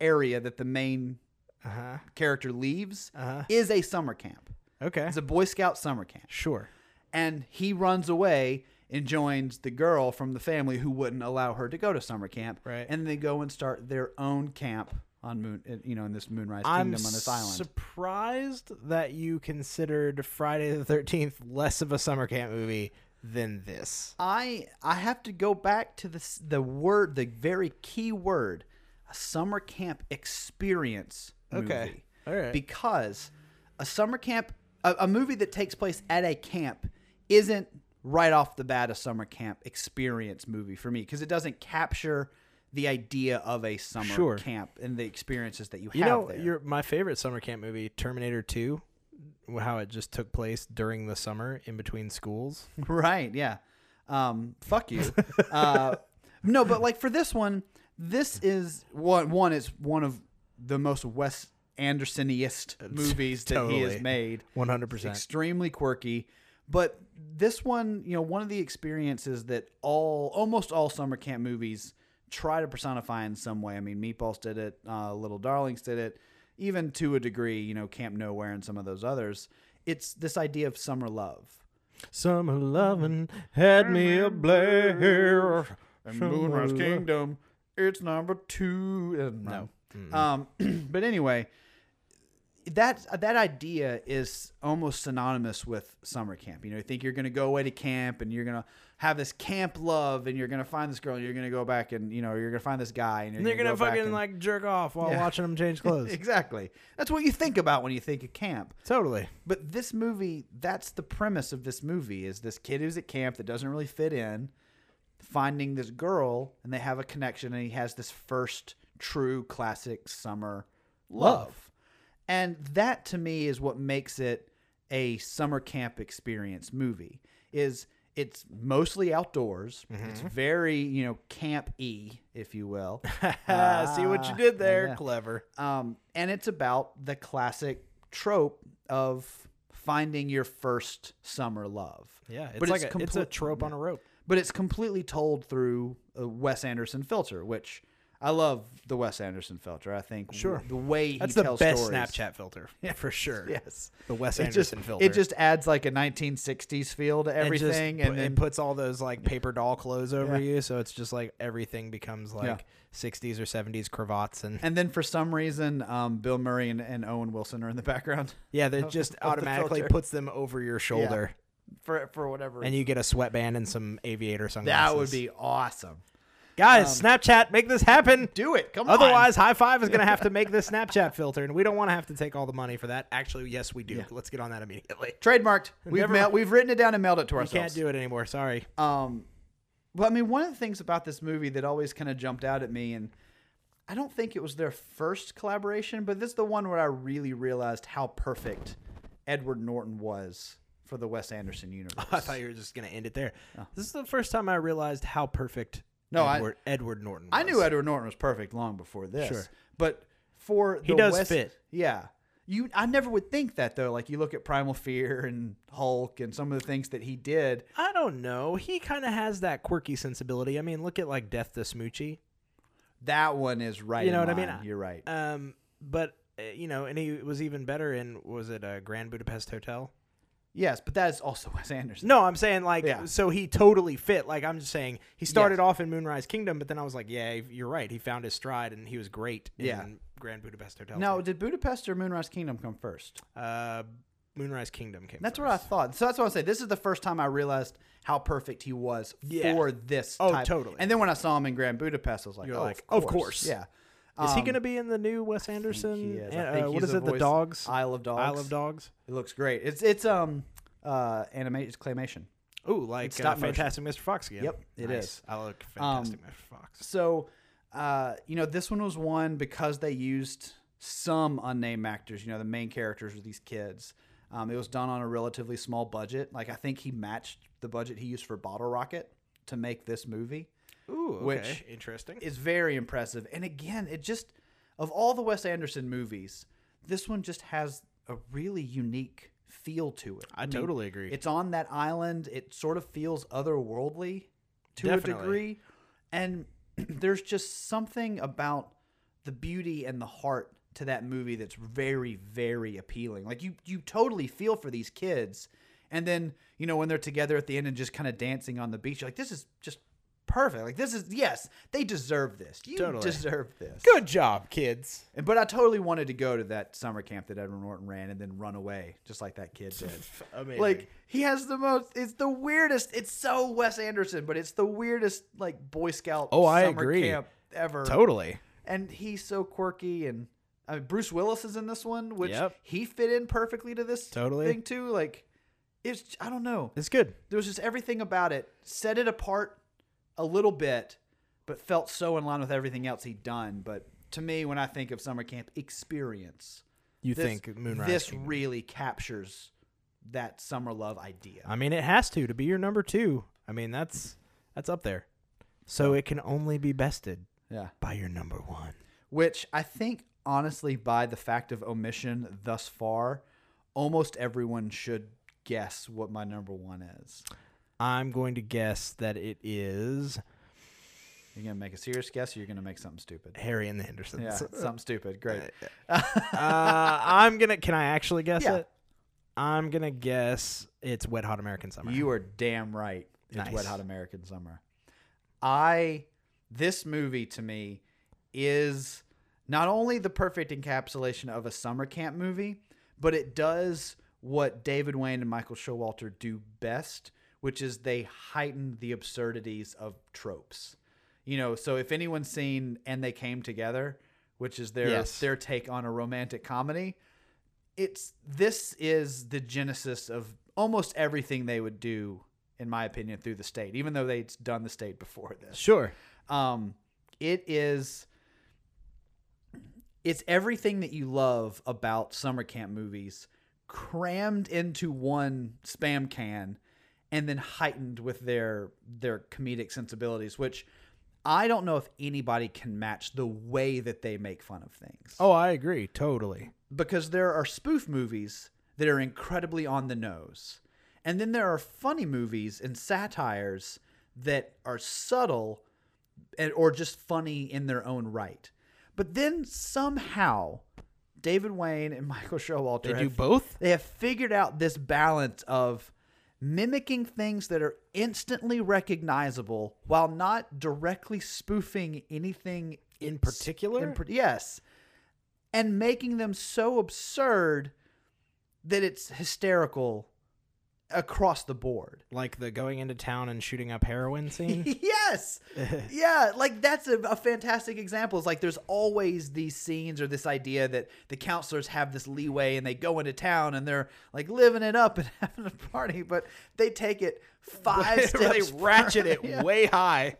area that the main
Uh-huh.
character leaves
Uh-huh.
is a summer camp.
Okay.
It's a Boy Scout summer camp.
Sure.
And he runs away and joins the girl from the family who wouldn't allow her to go to summer camp.
Right.
And they go and start their own camp on moon, uh, you know, in this Moonrise
I'm
Kingdom on this island.
surprised that you considered Friday the Thirteenth less of a summer camp movie than this.
I I have to go back to the s- the word, the very key word, a summer camp experience.
Okay.
movie.
All right.
Because a summer camp, a, a movie that takes place at a camp, isn't right off the bat a summer camp experience movie for me because it doesn't capture the idea of a summer
Sure.
camp and the experiences that you,
You
have
know,
there.
your my favorite summer camp movie, Terminator Two, how it just took place during the summer in between schools.
Right. Yeah. Um, fuck you. uh, no, but like for this one, this is one. One is one of the most Wes Andersoniest movies that he
Totally.
has made.
100%.
Extremely quirky, but this one, you know, one of the experiences that all almost all summer camp movies try to personify in some way. I mean, Meatballs did it. Uh, Little Darlings did it. Even to a degree, you know, Camp Nowhere and some of those others. It's this idea of summer love.
Summer lovin' had me a blare.
and
Oh
Moonrise Kingdom. It's number two. Uh, No. Um, but anyway, that that idea is almost synonymous with summer camp. You know, you think you're going to go away to camp and you're going to have this camp love and you're going to find this girl and you're going to go back and you know you're going to find this guy and you're
They're
gonna
gonna
go back
fucking
and-
like jerk off while
Yeah.
watching them change clothes.
exactly. That's what you think about when you think of camp.
Totally.
But this movie, that's the premise of this movie is this kid who's at camp that doesn't really fit in, finding this girl, and they have a connection, and he has this first true classic summer love. And that to me is what makes it a summer camp experience movie. Is it's mostly outdoors. It's very, you know, camp y, if you will.
See what you did there.
yeah.
Clever.
Um, and it's about the classic trope of finding your first summer love.
Yeah, it's
But
like
it's
a, it's a
complete-
trope on a rope.
But it's completely told through a Wes Anderson filter, which I love the Wes Anderson filter. I think w-
Sure.
the way he
That's the
tells
best
stories-
Snapchat filter, for sure.
Yes,
the Wes
It just-
Anderson filter.
It just adds like a 1960s feel to
It just
everything,
pu-
and then
it puts all those like paper doll clothes over
Yeah.
you, so it's just like everything becomes like 60s or 70s cravats and
and then for some reason, um, Bill Murray and, and Owen Wilson are in the background
yeah, that just
of the
automatically
filter.
puts them over your shoulder,
for for whatever.
and you get a sweatband and some aviator sunglasses.
that would be awesome.
guys. Snapchat, make this happen.
Do it. Come on.
Otherwise, High Five is going to have to make this Snapchat filter, and we don't want to have to take all the money for that. Actually, yes, we do. Let's get on that immediately.
trademarked. We've
Never
mail-
mind.
we've written it down and mailed it to
We can't
ourselves.
do it anymore. Sorry.
Um, well, I mean, one of the things about this movie that always kind of jumped out at me, and I don't think it was their first collaboration, but this is the one where I really realized how perfect Edward Norton was for the Wes Anderson universe.
I thought you were just going to end it there. This is the first time I realized how perfect
Oh. No, I-
Edward, Edward Norton was.
I knew Edward Norton was perfect long before this.
Sure.
But for
He
the
does
Wes-
fit.
Yeah. You I never would think that though. Like you look at Primal Fear and Hulk and some of the things that he did.
I don't know. He kind of has that quirky sensibility. I mean, look at like Death to Smoochie.
That one is right.
You know
in
what I mean?
line. You're right.
Um, but uh, you know, and he was even better in was it a Grand Budapest Hotel?
yes, but that is also Wes Anderson.
No, I'm saying like
Yeah.
so he totally fit. Like I'm just saying he started off in Moonrise Kingdom, but then I was like, yeah, you're right. He found his stride and he was great in
Yeah.
Grand Budapest Hotel.
Now,
too.
did Budapest or Moonrise Kingdom come first?
uh, Moonrise Kingdom came.
That's
first.
what I thought. So that's what I say. This is the first time I realized how perfect he was
Yeah.
for this.
Oh,
type.
totally.
And then when I saw him in Grand Budapest, I was like,
You're
oh,
like,
of,
of
course.
course.
Yeah.
Is he
Um,
going to be in the new Wes Anderson?
he is. I
and,
think
uh, what
he's
is
the
it? The
voice-
dogs.
Isle of Dogs.
Isle of Dogs.
It looks great. It's it's um uh animation claymation.
Ooh, like
It's stop
uh,
motion.
Fantastic Mr. Fox again.
Yep, it
it is.
is. Um,
I like Fantastic Mr. Fox.
So uh you know this one was one because they used some unnamed actors. You know the main characters were these kids. Um, it was done on a relatively small budget. Like I think he matched the budget he used for Bottle Rocket to make this movie.
Ooh, okay.
which
interesting.
is very impressive. And again, it just of all the Wes Anderson movies, this one just has a really unique feel to it.
I totally agree.
It's on that island. It sort of feels otherworldly to a
Definitely.
degree, and there's just something about the beauty and the heart to that movie that's very very appealing. Like you you totally feel for these kids. And then, you know, when they're together at the end and just kind of dancing on the beach, you're like this is just perfect. Like this is yes, they deserve this. You
Totally.
deserve this.
Good job, kids.
And- But I totally wanted to go to that summer camp that Edward Norton ran and then run away, just like that kid did.
Amazing.
like he has the most. It's the weirdest. It's so Wes Anderson, but it's the weirdest like Boy Scout.
Oh, I
summer
agree.
Camp ever.
totally.
And he's so quirky and. I mean, Bruce Willis is in this one, which
Yep.
he fit in perfectly to this
Totally.
thing too. Like, it's I don't know
It's good.
there was just everything about it set it apart a little bit but felt so in line with everything else he'd done but to me when i think of summer camp experience
You
this,
think Moonrise?
this
Kingdom.
really captures that summer love idea
I mean, it has to to be your number two. I mean, that's that's up there. So it can only be bested
yeah
by your number one.
which i think honestly by the fact of omission thus far almost everyone should guess what my number one is
I'm going to guess that it is
you're gonna make a serious guess or you're gonna make something stupid
Harry and the Hendersons.
yeah something stupid great
uh, I'm gonna. Can I actually guess
Yeah.
it? I'm gonna guess it's Wet Hot American Summer.
You are damn right. It's
Nice.
Wet Hot American Summer. I this movie to me is not only the perfect encapsulation of a summer camp movie, but it does what David Wayne and Michael Showalter do best, which is they heighten the absurdities of tropes. You know, so if anyone's seen and they came together, which is their
Yes.
their take on a romantic comedy, it's this is the genesis of almost everything they would do in my opinion through the state even though they'd done the state before this
sure.
um it is it's everything that you love about summer camp movies crammed into one spam can and then heightened with their their comedic sensibilities which i don't know if anybody can match the way that they make fun of things
Oh, I agree totally.
because there are spoof movies that are incredibly on the nose. And then there are funny movies and satires that are subtle and, or just funny in their own right. But then somehow David Wayne and Michael Showalter
They
have-
do both?
They have figured out this balance of mimicking things that are instantly recognizable while not directly spoofing anything
in
s-
particular?
in par- yes, and making them so absurd that it's hysterical across the board.
like the going into town and shooting up heroin scene.
yes. yeah, like that's a, a fantastic example. It's like there's always these scenes or this idea that the counselors have this leeway and they go into town and they're like living it up and having a party, but they take it five
they
steps
ratchet it
further. Yeah.
way high.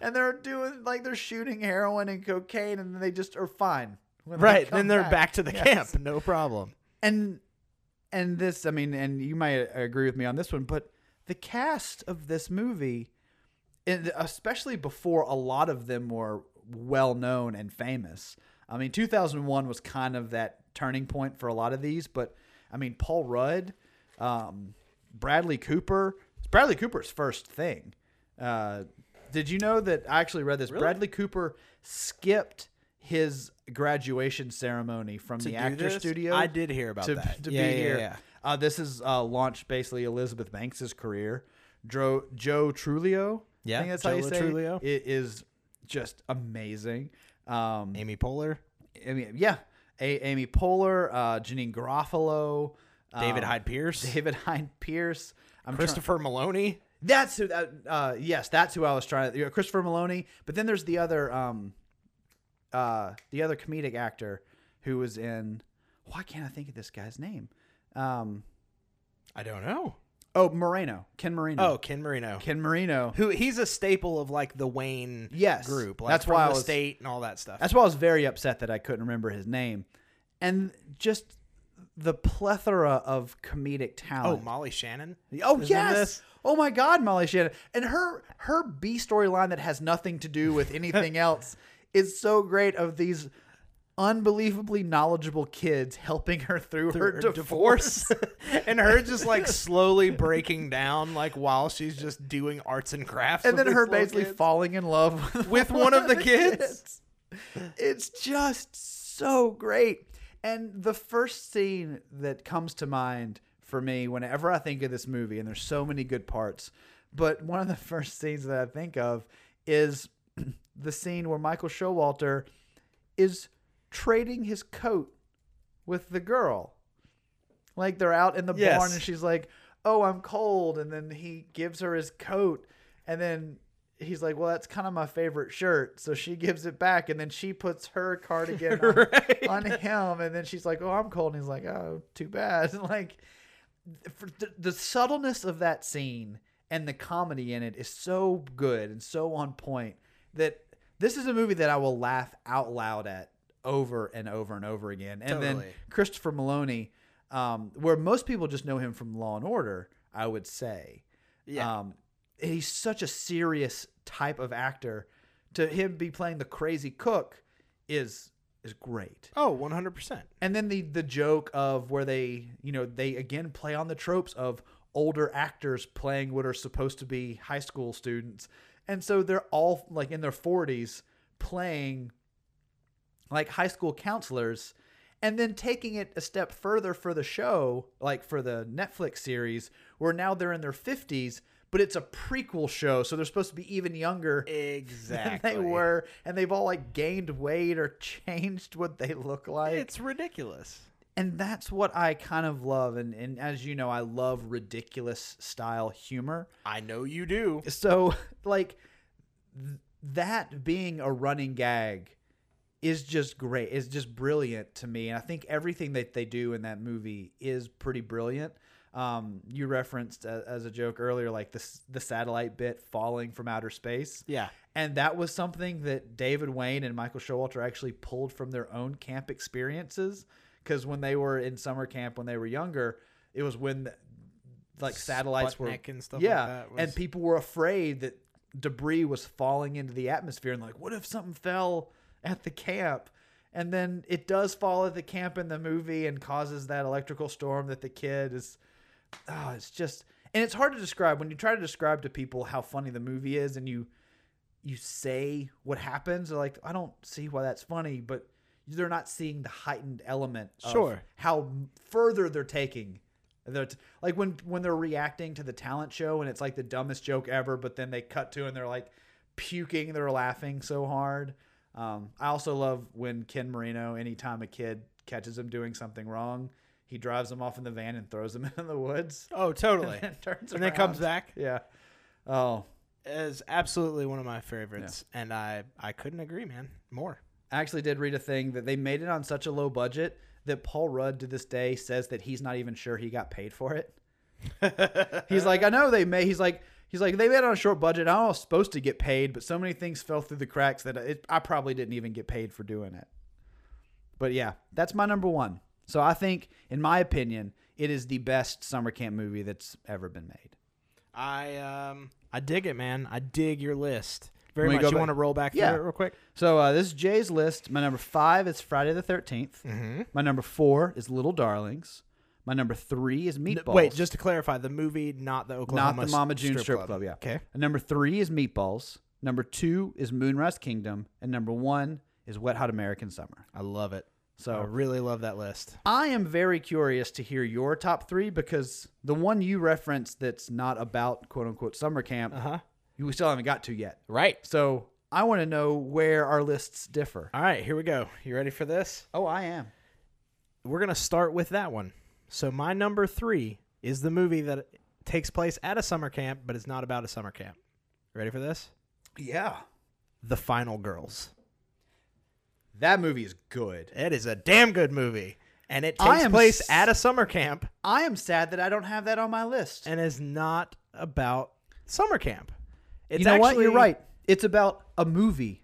and they're doing like they're shooting heroin and cocaine and they just are fine. when they
Right.
come
Then they're back to the
Yes
camp. No problem.
and and this i mean and you might agree with me on this one but the cast of this movie and especially before a lot of them were well known and famous i mean 2001 was kind of that turning point for a lot of these but i mean paul rudd um, bradley cooper it's bradley cooper's first thing uh, did you know that i actually read this bradley cooper skipped his graduation ceremony from the
do
actor
this?
studio
I did hear about
to,
that.
to
Yeah,
be
yeah,
here.
yeah.
Uh, this has uh, launched basically Elizabeth Banks' career. Joe Joe Trulio,
Yeah,
I think that's how
Joe
you say it,
Trulio.
it is just amazing. Um,
Amy Poehler,
I mean, yeah, A- Amy Poehler, uh, Janine Garofalo,
David
um,
Hyde Pierce,
David Hyde Pierce, I'm trying-
Christopher Maloney.
that's who. That, uh, yes, that's who I was trying. to- Christopher Maloney. But then there's the other, um, uh, the other comedic actor who was in. Why can't I think of this guy's name? Um,
I don't know.
oh, Moreno, Ken Moreno.
Oh, Ken Marino.
Ken Marino.
who he's a staple of like the Wayne
Yes.
group. Like,
That's
from
why I
the
was-
state and all that stuff.
That's why I was very upset that I couldn't remember his name, and just the plethora of comedic
oh,
talent.
Molly Shannon.
Oh
is in
yes.
this.
Oh my God, Molly Shannon, and her her B storyline that has nothing to do with anything else is so great. Of these unbelievably knowledgeable kids helping her through, her,
her
divorce.
divorce and her just like slowly breaking down like while she's just doing arts and crafts
and
with
then
these
her
little
basically
kids.
falling in love with,
With one of the kids.
It's just so great. And the first scene that comes to mind for me whenever I think of this movie, and there's so many good parts, but one of the first scenes that I think of is the scene where Michael Showalter is trading his coat with the girl. Like they're out in the
Yes.
barn and she's like, "Oh, I'm cold," and then he gives her his coat, and then he's like, "Well, that's kind of my favorite shirt," so she gives it back, and then she puts her cardigan on,
Right.
on him, and then she's like, "Oh, I'm cold," and he's like, "Oh, too bad." And like for the, the subtleness of that scene and the comedy in it is so good and so on point that this is a movie that I will laugh out loud at over and over and over again. And then
Totally.
Christopher Maloney, um, where most people just know him from Law and Order, I would say.
Yeah.
Um, and he's such a serious type of actor. To him be playing the crazy cook is is great
oh 100%
and then the the joke of where they you know they again play on the tropes of older actors playing what are supposed to be high school students and so they're all like in their 40s playing like high school counselors and then taking it a step further for the show like for the netflix series where now they're in their 50s but it's a prequel show so they're supposed to be even younger
exactly
than they were and they've all like gained weight or changed what they look like
it's ridiculous
and that's what I kind of love. And, and as you know, I love ridiculous style humor.
i know you do
So, like, th- that being a running gag is just great. It's just brilliant to me. And I think everything that they do in that movie is pretty brilliant. Um, you referenced uh, as a joke earlier, like the, s- the satellite bit falling from outer space.
yeah
And that was something that David Wayne and Michael Showalter actually pulled from their own camp experiences. Because when they were in summer camp when they were younger, it was when the- like satellites
Sputnik
were
and stuff like
yeah,
that was-
and people were afraid that debris was falling into the atmosphere and like, what if something fell at the camp? And then it does fall at the camp in the movie and causes that electrical storm that the kid is oh, it's just and it's hard to describe when you try to describe to people how funny the movie is and you you say what happens, they're like, I don't see why that's funny, but they're not seeing the heightened element of
Sure.
how m- further they're taking. They're t- like when when they're reacting to the talent show and it's like the dumbest joke ever, but then they cut to and they're like puking, they're laughing so hard. Um, I also love when Ken Marino, anytime a kid catches him doing something wrong, he drives him off in the van and throws him in the woods.
Oh, totally.
and turns
and then comes
around.
back
Yeah. Oh,
is absolutely one of my favorites, and I I couldn't agree, man. More.
I actually did read a thing that they made it on such a low budget that Paul Rudd to this day says that he's not even sure he got paid for it. he's like, I know they made. He's like, he's like, they made it on a short budget. I was supposed to get paid, but so many things fell through the cracks that it, I probably didn't even get paid for doing it. But yeah, that's my number one. So I think, in my opinion, it is the best summer camp movie that's ever been made.
I um I dig it, man. I dig your list very
Can we
much.
go
You
back-
want to roll back through
Yeah.
it real quick?
So uh, this is Jay's list. My number five is Friday the 13th My number four is Little Darlings. My number three is Meatballs.
Wait, just to clarify, the movie, not the Oklahoma,
not the Mama June
strip,
Strip, Club. Yeah.
Okay.
And number three is Meatballs. Number two is Moonrise Kingdom, and number one is Wet Hot American Summer.
I love it. I
So
really love that list.
I am very curious to hear your top three because the one you referenced that's not about quote unquote summer camp,
Uh-huh.
we still haven't got to yet.
Right.
So I want to know where our lists differ.
All right, here we go. You ready for this?
Oh, I am.
we're gonna start with that one. So my number three is the movie that takes place at a summer camp, but it's not about a summer camp. Ready for this?
Yeah.
The Final Girls.
That movie is good.
It is a damn good movie, and it
I
takes
am
place
s-
at a summer camp
I am sad that I don't have that on my list.
and is not about summer camp. It's
you know what?
actually-
You're right. It's about a movie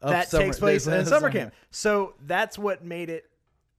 of
That
summer-
takes place
that-
in summer camp. So that's what made it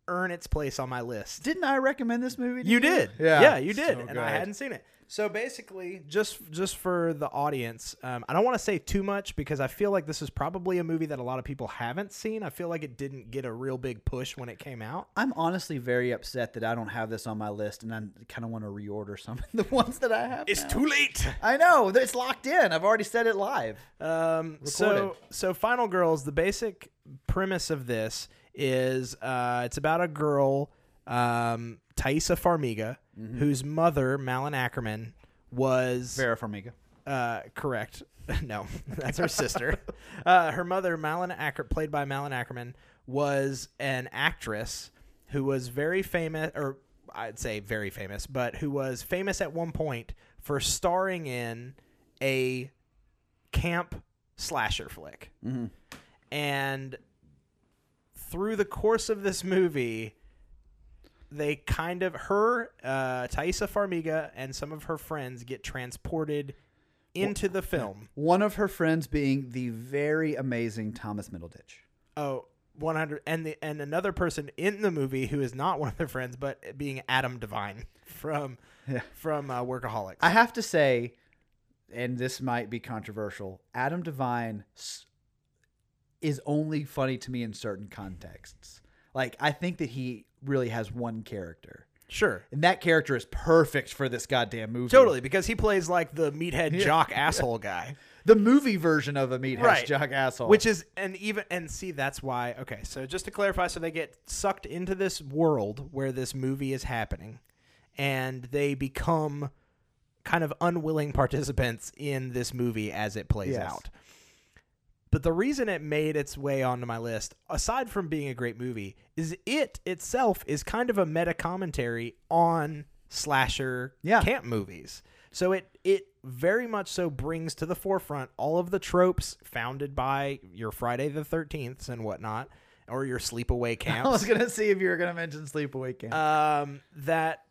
earn its place on my list.
Didn't I recommend this movie? to
You did.
Yeah.
you did.
So
and I
good.
hadn't seen it. So basically, just just for the audience, um, I don't want to say too much because I feel like this is probably a movie that a lot of people haven't seen. I feel like it didn't get a real big push when it came out.
I'm honestly very upset that I don't have this on my list, and I kind of want to reorder some of the ones that I have. now.
late.
I know it's locked in. I've already said it live.
Um, so
Recorded.
so Final Girls. The basic premise of this is uh, it's about a girl, um, Thaisa Farmiga, whose mother Malin Ackerman was
Vera Farmiga.
Uh, correct. No, that's her sister. Uh, her mother, Malin Acker, played by Malin Ackerman, was an actress who was very famous, or I'd say very famous, but who was famous at one point for starring in a camp slasher flick. And through the course of this movie, they kind of her, uh, Thaisa Farmiga, and some of her friends get transported into the film.
One of her friends being the very amazing Thomas Middleditch.
Oh, 100 and the and another person in the movie who is not one of their friends but being Adam Devine from from uh, Workaholics.
I have to say, and this might be controversial, Adam Devine s- is only funny to me in certain contexts. Like, I think that he really has one character,
sure.
and that character is perfect for this goddamn movie.
Totally, because he plays like the meathead jock asshole guy.
The movie version of a meathead
Right.
jock asshole.
Which is and even and see that's why okay, so just to clarify, so they get sucked into this world where this movie is happening and they become kind of unwilling participants in this movie as it plays
Yes.
out. But the reason it made its way onto my list, aside from being a great movie, is it itself is kind of a meta commentary on slasher
Yeah.
camp movies. So it it very much so brings to the forefront all of the tropes founded by your Friday the Thirteenth and whatnot, or your sleepaway
I was
camps.
going to see if you were going to mention Sleepaway Camp.
um, that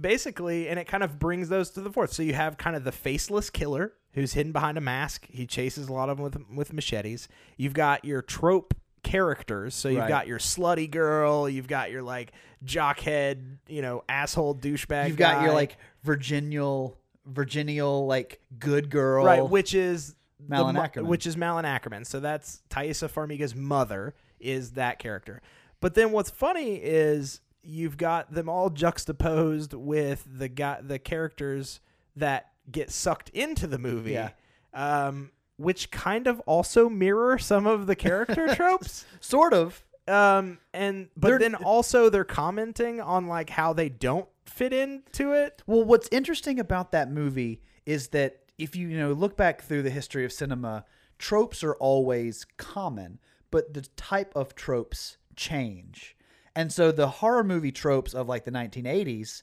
basically, and it kind of brings those to the forefront. So you have kind of the faceless killer who's hidden behind a mask. He chases a lot of them with with machetes. You've got your trope characters. So you've
Right.
got your slutty girl. You've got your like jockhead, you know, asshole douchebag.
You've got your
guy.
like virginial, virginial, like good girl.
right, which is the
Malin
mo-
Ackerman.
which is Malin Ackerman. So that's Thaisa Farmiga's mother is that character. But then what's funny is you've got them all juxtaposed with the guy, the characters that get sucked into the movie.
Yeah.
Um, which kind of also mirror some of the character tropes.
Sort of.
Um, and but
They're-
then also they're commenting on like how they don't fit into it.
Well, what's interesting about that movie is that if you, you know, look back through the history of cinema, tropes are always common, but the type of tropes change. And so the horror movie tropes of like the 1980s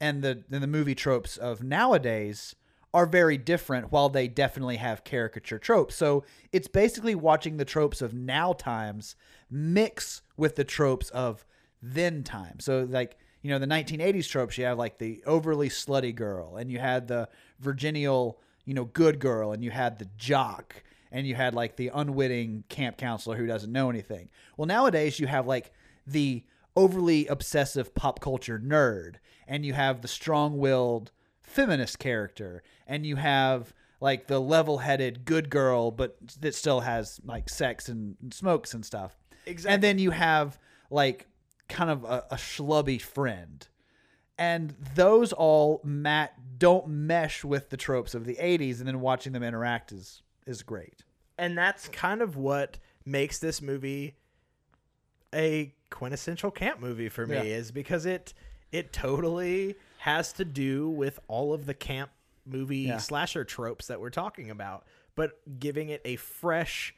and the and the movie tropes of nowadays are very different while they definitely have caricature tropes. So it's basically watching the tropes of now times mix with the tropes of then time. So like, you know, the 1980s tropes, you have like the overly slutty girl and you had the virginial, you know, good girl and you had the jock and you had like the unwitting camp counselor who doesn't know anything. Well, nowadays you have like the overly obsessive pop culture nerd, and you have the strong willed feminist character, and you have like the level headed good girl, but that still has like sex and, and smokes and stuff. Exactly. And then you have like kind of a, a schlubby friend. And those all Matt don't mesh with the tropes of the 80s, and then watching them interact is is great.
And that's kind of what makes this movie a quintessential camp movie for me
Yeah.
is because it it totally has to do with all of the camp movie
Yeah.
slasher tropes that we're talking about, but giving it a fresh,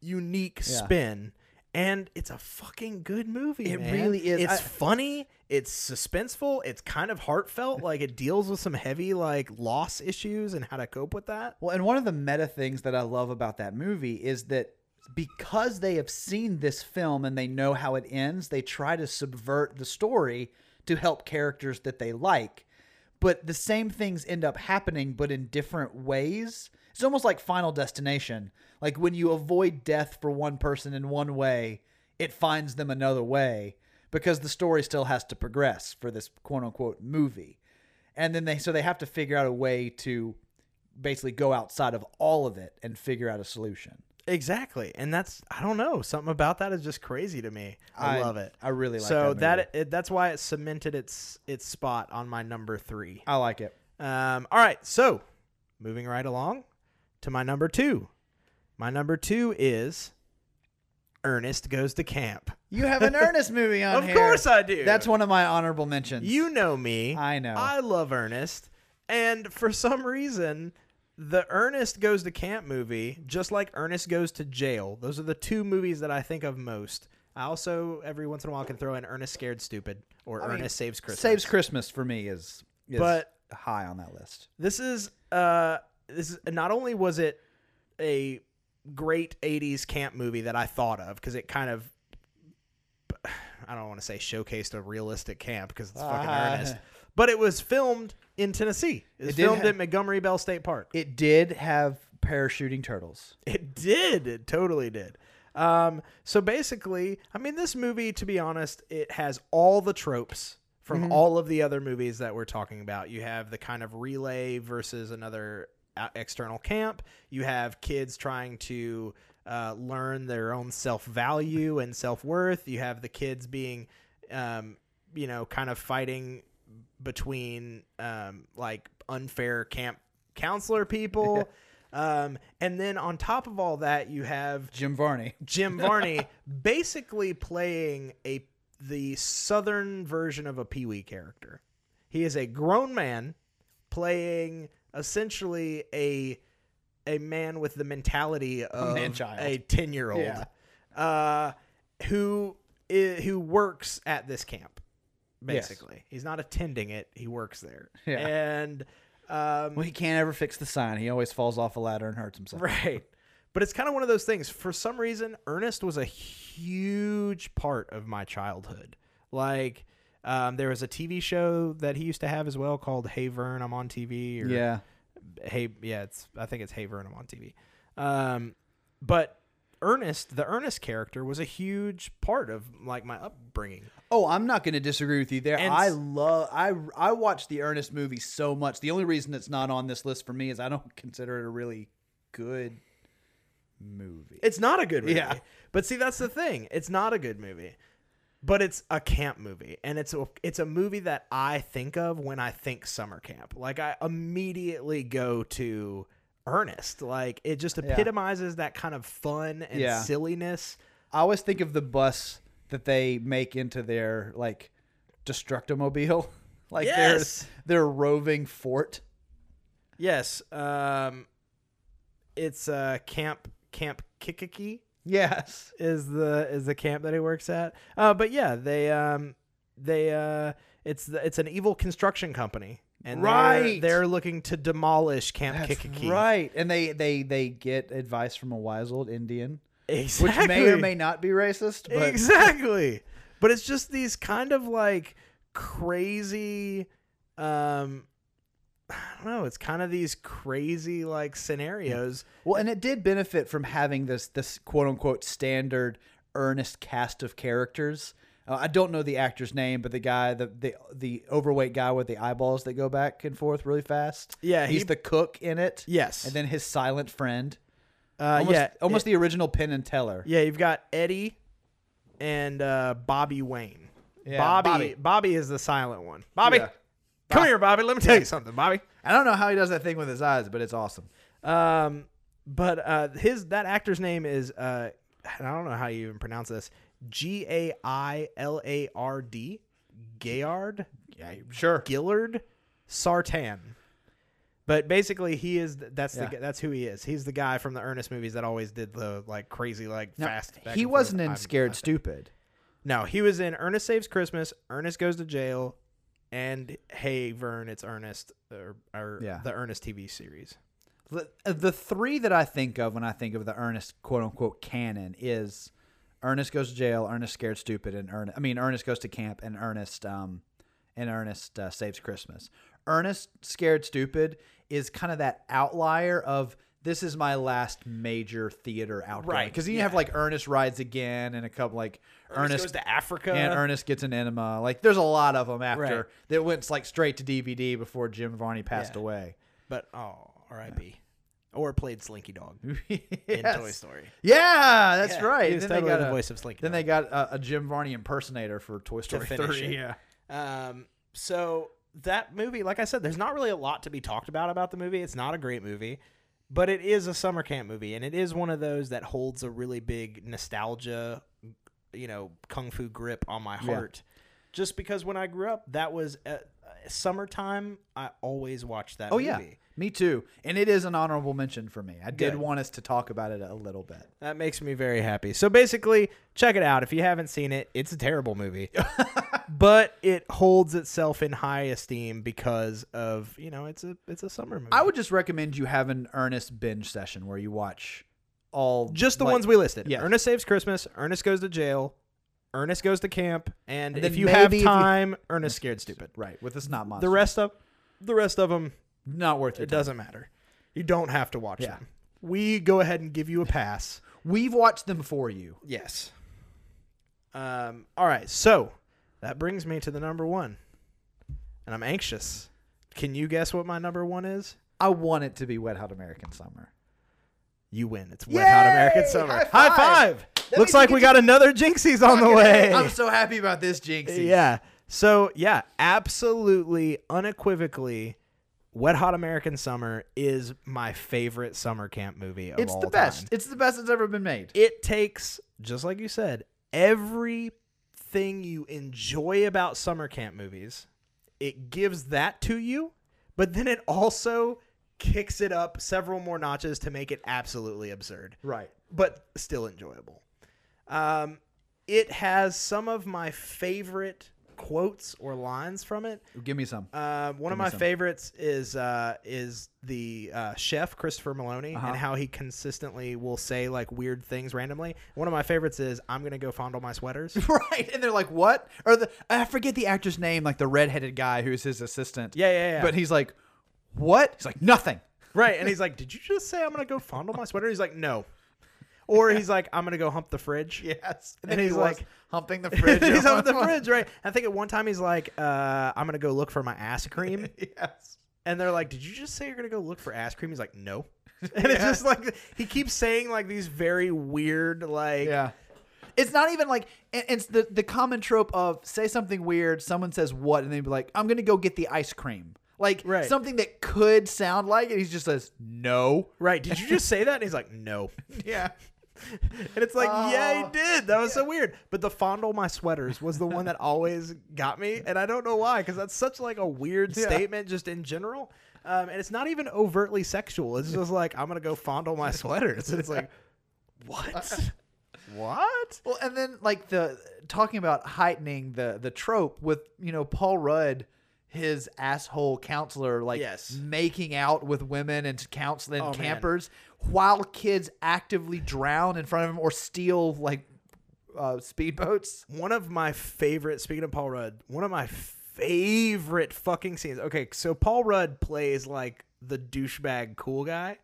unique
Yeah.
spin. And it's a fucking good movie.
It
man.
really is.
It's
I-
funny. It's suspenseful. It's kind of heartfelt. Like it deals with some heavy like loss issues and how to cope with that.
Well, and one of the meta things that I love about that movie is that because they have seen this film and they know how it ends, they try to subvert the story to help characters that they like. But the same things end up happening, but in different ways. It's almost like Final Destination. Like when you avoid death for one person in one way, it finds them another way because the story still has to progress for this quote unquote movie. And then they, so they have to figure out a way to basically go outside of all of it and figure out a solution.
Exactly, and that's I don't know something about that is just crazy to me. I,
I-
love it.
I really like
so
that movie.
it, that's why it cemented its its spot on my number three.
I like it.
Um, all right, so moving right along to my number two. My number two is Ernest goes to camp.
You have an Ernest movie on
Of
here.
course I do.
That's one of my honorable mentions.
You know me.
I know.
I love Ernest. And for some reason, the Ernest Goes to Camp movie, just like Ernest Goes to Jail, those are the two movies that I think of most. I also, every once in a while, can throw in Ernest Scared Stupid or Ernest Saves Christmas.
Saves Christmas for me is, is
But-
high on that list.
This is, uh, this is, not only was it a great 80s camp movie that I thought of because it kind of, I don't want to say showcased a realistic camp because it's fucking
Ah.
Ernest, but it was filmed in Tennessee. It was
It did
filmed
ha-
at Montgomery Bell State Park.
It did have parachuting turtles.
It did. It totally did. Um, so basically, I mean, this movie, to be honest, it has all the tropes from all of the other movies that we're talking about. You have the kind of relay versus another uh, external camp. You have kids trying to uh, learn their own self value and self worth. You have the kids being, um, you know, kind of fighting between um, like unfair camp counselor people. Um, and then on top of all that, you have
Jim Varney.
Jim Varney basically playing a the southern version of a Pee Wee character. He is a grown man playing essentially a a man with the mentality of
man-child.
a ten year old
Yeah.
uh, who i- who works at this camp.
Yes.
Basically, he's not attending it; he works there,
Yeah.
and um,
Well, he can't ever fix the sign. He always falls off a ladder and hurts himself.
Right. But it's kind of one of those things. For some reason, Ernest was a huge part of my childhood. Like, um, there was a TV show that he used to have as well called Hey Vern, I'm on TV. Or
Yeah.
Hey, yeah, it's I think it's Hey Vern, I'm on TV. Um, but Ernest, the Ernest character, was a huge part of like my upbringing.
Oh, I'm not going to disagree with you there.
And-
I love I I watch the Ernest movie so much. The only reason it's not on this list for me is I don't consider it a really good movie.
It's not a good movie.
Yeah.
But see, that's the thing. It's not a good movie. But it's a camp movie, and it's a it's a movie that I think of when I think summer camp. Like I immediately go to earnest. Like it just epitomizes that kind of fun and
Yeah.
silliness.
I always think of the bus that they make into their like destructomobile, like
Yes.
their their roving fort.
Yes. Um it's uh Camp Camp Kikiki
Yes,
is the is the camp that he works at. Uh but yeah, they um they uh it's the, it's an evil construction company. And they're-
Right.
they're, looking to demolish Camp Kikiki.
right. And they they they get advice from a wise old Indian,
Exactly.
which may or may not be racist. But
exactly but it's just these kind of like crazy um i don't know it's kind of these crazy like scenarios
well, and it did benefit from having this this quote unquote standard earnest cast of characters. Uh, I don't know the actor's name, but the guy, the, the the overweight guy with the eyeballs that go back and forth really fast.
Yeah,
he's
he-
the cook in it.
yes
and then his silent friend.
uh,
Almost,
yeah
almost
it-
the original Penn and Teller.
yeah you've got eddie and uh bobby wayne
Yeah,
bobby,
Bobby.
bobby is the silent one bobby
Yeah.
come here bobby let me tell you something bobby
I don't know how he does that thing with his eyes, but it's awesome.
um but uh his that actor's name is uh and i don't know how you even pronounce this g-a-i-l-a-r-d gayard
Yeah, sure.
Gillard Sartan. But basically, he is that's
Yeah.
the that's who he is. He's the guy from the Ernest movies that always did the like crazy like
Now,
fast. back
he
and forth.
wasn't in
I'm-
Scared
I'm-
Stupid.
No, he was in Ernest Saves Christmas, Ernest Goes to Jail, and Hey Vern, it's Ernest or, or
Yeah.
the Ernest TV series.
The, uh, the three that I think of when I think of the Ernest quote unquote canon is Ernest goes to jail, Ernest scared stupid, and Ernest. I mean Ernest goes to camp, and Ernest um, and Ernest uh, saves Christmas. Ernest scared stupid is kind of that outlier of this is my last major theater outgoing
Right,
because you
yeah.
have like Ernest rides again and a couple like Ernest,
goes to Africa.
and Ernest gets an enema. Like there's a lot of them after
Right.
that went like straight to DVD before Jim Varney passed
Yeah.
away.
but oh, R.I.P. Or played Slinky Dog in
Yes.
Toy Story.
Yeah, that's
Yeah,
right.
he was
then
totally
they got
the
a,
voice of Slinky
Then
Dog.
they got a, a Jim Varney impersonator for Toy Story
finish
Three.
it. Um, so that movie, like I said, there's not really a lot to be talked about about the movie. It's not a great movie, but it is a summer camp movie, and it is one of those that holds a really big nostalgia, you know, kung fu grip on my heart. Just because when I grew up, that was uh, uh, summertime. I always watched that.
Oh
movie.
yeah, me too. And it is an honorable mention for me. I did
Good.
want us to talk about it a little bit.
That makes me very happy. So basically, check it out. If you haven't seen it, it's a terrible movie. but it holds itself in high esteem because of, you know, it's a it's a summer movie.
I would just recommend you have an earnest binge session where you watch all
just the
like-
ones we listed.
Yeah.
Ernest Saves Christmas, Ernest Goes to Jail, Ernest Goes to Camp, and,
And then
if you have
maybe if you-
time, Ernest Scared Stupid.
right with the snot monster.
The rest of the rest of them,
not worth your
it
time.
doesn't matter. You don't have to watch
Yeah.
them. We go ahead and give you a pass.
We've watched them for you.
Yes. Um, all right. So that brings me to the number one. And I'm anxious. Can you guess what my number one is?
I want it to be Wet Hot American Summer.
You win. It's Wet Hot American
Yay!
Summer. High
High five.
five.
That means
Looks
we
like
get
we got another Jinxies on the way.
I'm so happy about this, Jinxie.
yeah. So, yeah, absolutely, unequivocally, Wet Hot American Summer is my favorite summer camp movie of
it's
all
the
time.
best. It's the best that's ever been made.
it takes just like you said everything you enjoy about summer camp movies it gives that to you but then it also kicks it up several more notches to make it absolutely absurd
right.
but still enjoyable um, it has some of my favorite quotes or lines from it
Give me some.
uh, one
Give
of
me
my
some.
favorites is uh, is the uh, chef Christopher Maloney
Uh-huh.
and how he consistently will say like weird things randomly. One of my favorites is "I'm gonna go fondle my sweaters."
Right, and they're like, "What?" Or the I forget the actor's name, like the redheaded guy who's his assistant.
Yeah, yeah, yeah.
But he's like, "What?" He's like, "Nothing."
right, and he's like, "Did you just say I'm gonna go fondle my sweater?" He's like, "No," or he's like, "I'm gonna go hump the fridge."
Yes, and,
And
then he's
he was
like humping the fridge. uh-huh.
he's hump the fridge, right? I think at one time he's like, uh, "I'm gonna go look for my ass cream."
yes.
And they're like, "Did you just say you're gonna go look for ass cream?" He's like, "No," and it's just like he keeps saying like these very weird like
Yeah. It's not even like and it's the the common trope of say something weird, someone says what, and they'd be like, "I'm gonna go get the ice cream." Like
Right.
something that could sound like it. He just says no.
Right. Did you just say that? And he's like, no.
Yeah.
And it's like, yeah,
Oh.
he did. That was so weird. But the fondle my sweaters was the one that always got me, and I don't know why, because that's such like a weird
Yeah.
statement just in general. Um, and it's not even overtly sexual. It's just like I'm gonna go fondle my sweaters, and it's like, what? what?
Well, and then like the talking about heightening the the trope with you know Paul Rudd, his asshole counselor, like
Yes.
making out with women and counseling
Oh, man.
campers while kids actively drown in front of him or steal like uh, speedboats.
One of my favorite. Speaking of Paul Rudd, one of my favorite fucking scenes. Okay, so Paul Rudd plays like the douchebag cool guy.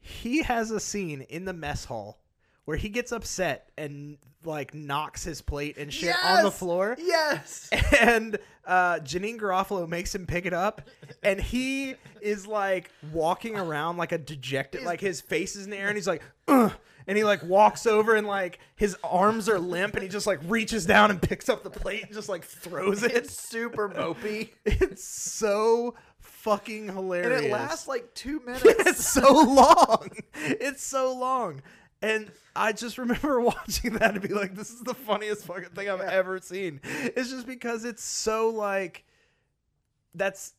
he has a scene in the mess hall where he gets upset and like knocks his plate and shit on the
Yes!
floor.
Yes.
And uh, Janine Garofalo makes him pick it up, and he is like walking around like a dejected, like his face is in the air, and he's like, Ugh, and he like walks over and like his arms are limp, and he just like reaches down and picks up the plate and just like throws it.
It's super mopey.
It's so fucking
and
hilarious
it lasts like two minutes.
it's so long. It's so long. And I just remember watching that and be like, this is the funniest fucking thing I've ever seen. It's just because it's so like that's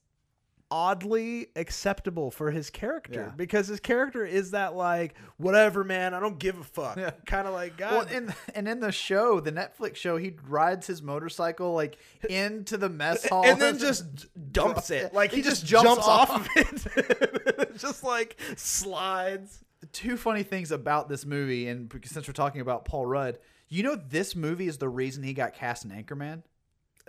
oddly acceptable for his character
Yeah.
because his character is that like whatever man i don't give a fuck
Yeah.
kind of like god
Well, and and in the show, the Netflix show, he rides his motorcycle like into the mess hall,
and then just d- dumps it like he, just, jumps, off. of it just like slides
two funny things about this movie, and because- since we're talking about Paul Rudd, you know this movie is the reason he got cast in Anchorman.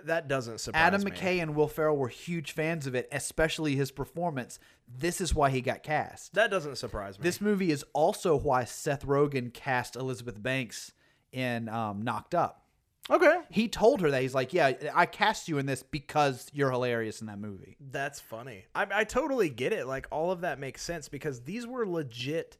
that doesn't surprise
Adam
me.
McKay and Will Ferrell were huge fans of it, especially his performance. This is why he got cast.
that doesn't surprise me
This movie is also why Seth Rogen cast Elizabeth Banks in um, Knocked Up.
okay
He told her that he's like, "Yeah, I cast you in this because you're hilarious in that movie."
That's funny. I, I totally get it. Like all of that makes sense because these were legit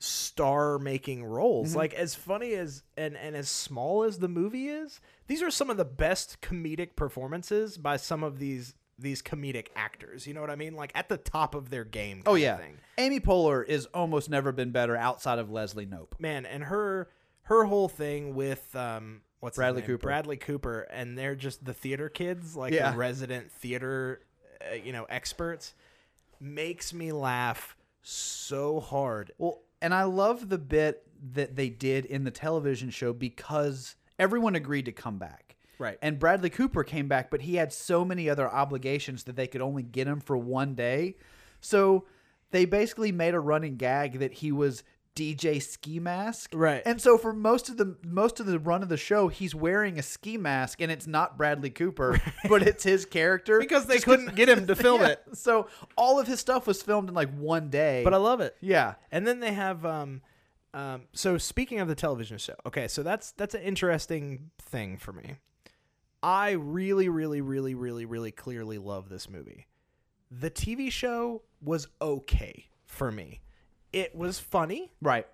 star making roles.
Mm-hmm.
Like as funny as and and as small as the movie is, these are some of the best comedic performances by some of these these comedic actors. You know what I mean? Like at the top of their game.
Oh
kinda
yeah,
thing.
Amy Poehler is almost never been better outside of Leslie Nope.
man, and her her whole thing with um what's his
Bradley
name?
Cooper.
Bradley Cooper, and they're just the theater kids, like
Yeah.
the resident theater, uh, you know, experts, makes me laugh so hard.
Well, and I love the bit that they did in the television show because everyone agreed to come back.
Right.
And Bradley Cooper came back, but he had so many other obligations that they could only get him for one day. So they basically made a running gag that he was DJ ski mask.
Right.
And so for most of the most of the run of the show, he's wearing a ski mask and it's not Bradley Cooper, but it's his character.
Because they
Just
couldn't get him to film
Yeah.
it.
So all of his stuff was filmed in like one day.
But I love it.
yeah.
And then they have um um so speaking of the television show. Okay, so that's that's an interesting thing for me. I really really really really really clearly love this movie. The TV show was okay for me. It was funny.
Right.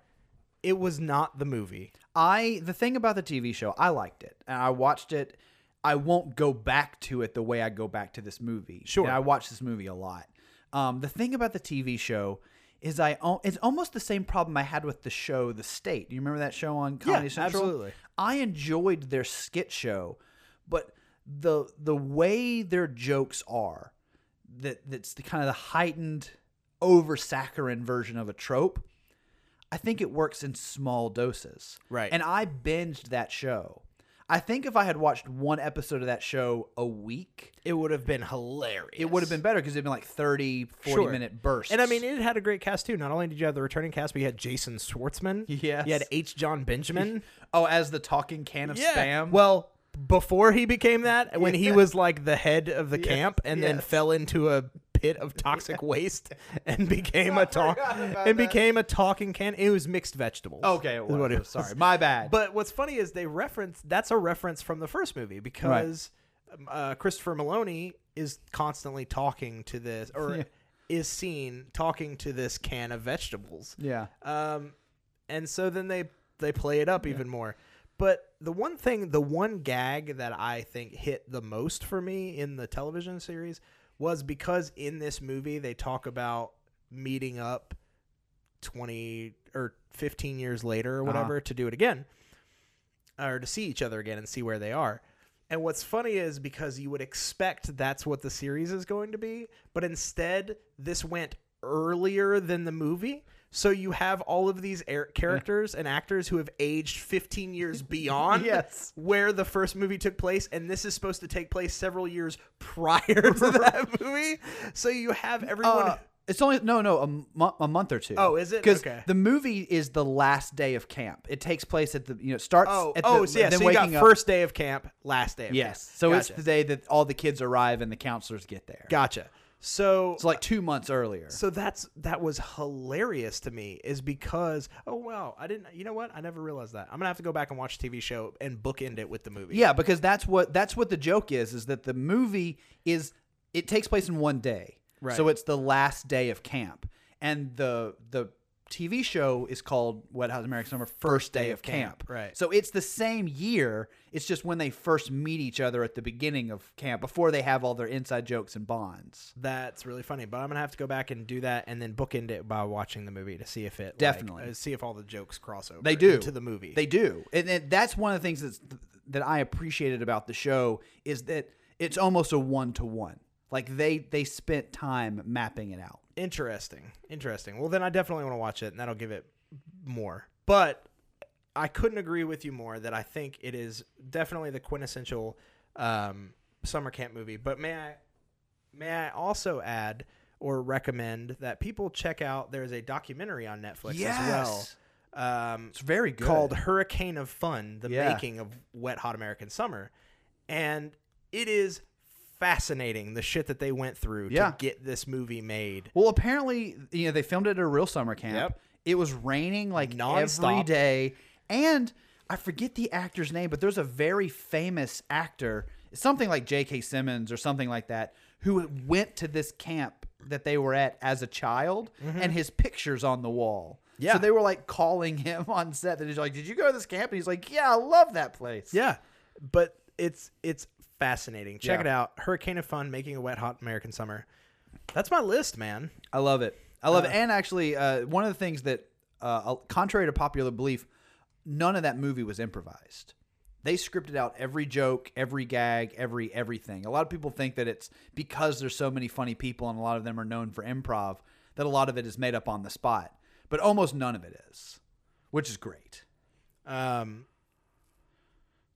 It was not the movie.
I the thing about the TV show, I liked it. And I watched it. I won't go back to it the way I go back to this movie.
Sure.
And I watch this movie a lot. Um, the thing about the TV show is I o- it's almost the same problem I had with the show The State. You remember that show on Comedy Central?
absolutely.
I enjoyed their skit show, but the the way their jokes are that that's the kind of the heightened over saccharine version of a trope. I think it works in small doses.
Right.
And I binged that show. I think if I had watched one episode of that show a week,
It would have been hilarious.
it would have been better because it'd been like 30, 40
Sure.
minute bursts.
And I mean, it had a great cast too. Not only did you have the returning cast, but you had Jason Schwartzman.
Yes.
You had H. John Benjamin.
oh, as the talking can of spam.
Well, before he became that, when he was like the head of the camp and then
yes.
fell into a pit of toxic waste and became a talk and became a talking can. It was mixed vegetables.
okay,
is
well,
what it was.
sorry, my bad.
But what's funny is they reference that's a reference from the first movie because um, uh, Christopher Maloney is constantly talking to this or
Yeah.
is seen talking to this can of vegetables.
yeah,
Um, and so then they they play it up even more. But the one thing, the one gag that I think hit the most for me in the television series was because in this movie they talk about meeting up 20 or 15 years later or
Uh-huh.
whatever to do it again or to see each other again and see where they are. And what's funny is because you would expect that's what the series is going to be, but instead this went earlier than the movie. So you have all of these air characters and actors who have aged 15 years beyond
Yes.
where the first movie took place, and this is supposed to take place several years prior to that movie. So you have everyone.
Uh, it's only no, no, a, mo- a month or two.
Oh, is it?
Because
Okay.
the movie is the last day of camp. It takes place at the you know it starts.
oh,
at the,
oh, so yeah.
then
So you
waking
got
up.
first day of camp, last day of
Yes,
camp.
so it's
Gotcha.
the day that all the kids arrive and the counselors get there.
Gotcha. So uh,
It's like two months earlier.
So that's that was hilarious to me is because oh wow I didn't you know what I never realized that I'm gonna have to go back and watch the TV show and bookend it with the movie
yeah, because that's what that's what the joke is is that the movie is it takes place in one day.
Right.
So it's the last day of camp. And the the TV show is called Wet House American Summer First Day of Camp.
Camp, right.
So it's the same year. It's just when they first meet each other at the beginning of camp before they have all their inside jokes and bonds.
that's really funny but I'm gonna have to go back and do that and then bookend it by watching the movie to see if it like,
Definitely.
uh, see if all the jokes cross over
They do
to the movie
They do, and then that's one of the things that's, that I appreciated about the show is that it's almost a one to one. Like they they spent time mapping it out.
Interesting. Interesting. Well, then I definitely want to watch it, and that'll give it more. But I couldn't agree with you more that I think it is definitely the quintessential um, summer camp movie. But may I may I also add or recommend that people check out there's a documentary on Netflix as
Yes.
well. Um,
It's very good.
called Hurricane of Fun: The
Yeah.
Making of Wet Hot American Summer, and it is fascinating the shit that they went through
Yeah.
to get this movie made.
Well, apparently, you know, they filmed it at a real summer camp.
Yep.
It was raining like every
Nonstop.
day, and I forget the actor's name, but there's a very famous actor, something like J.K. Simmons or something like that, who went to this camp that they were at as a child, and his pictures on the wall.
Mm-hmm. Yeah.
So they were like calling him on set, and he's like, "Did you go to this camp?" And he's like, "Yeah, I love that place."
Yeah, but it's it's fascinating. Check
Yeah.
it out. Hurricane of Fun, making a wet hot American summer. That's my list, man.
I love it. I love it. And actually, uh, one of the things that, uh, contrary to popular belief, none of that movie was improvised. They scripted out every joke, every gag, every everything. A lot of people think that it's because there's so many funny people and a lot of them are known for improv that a lot of it is made up on the spot. But almost none of it is, which is great,
Um,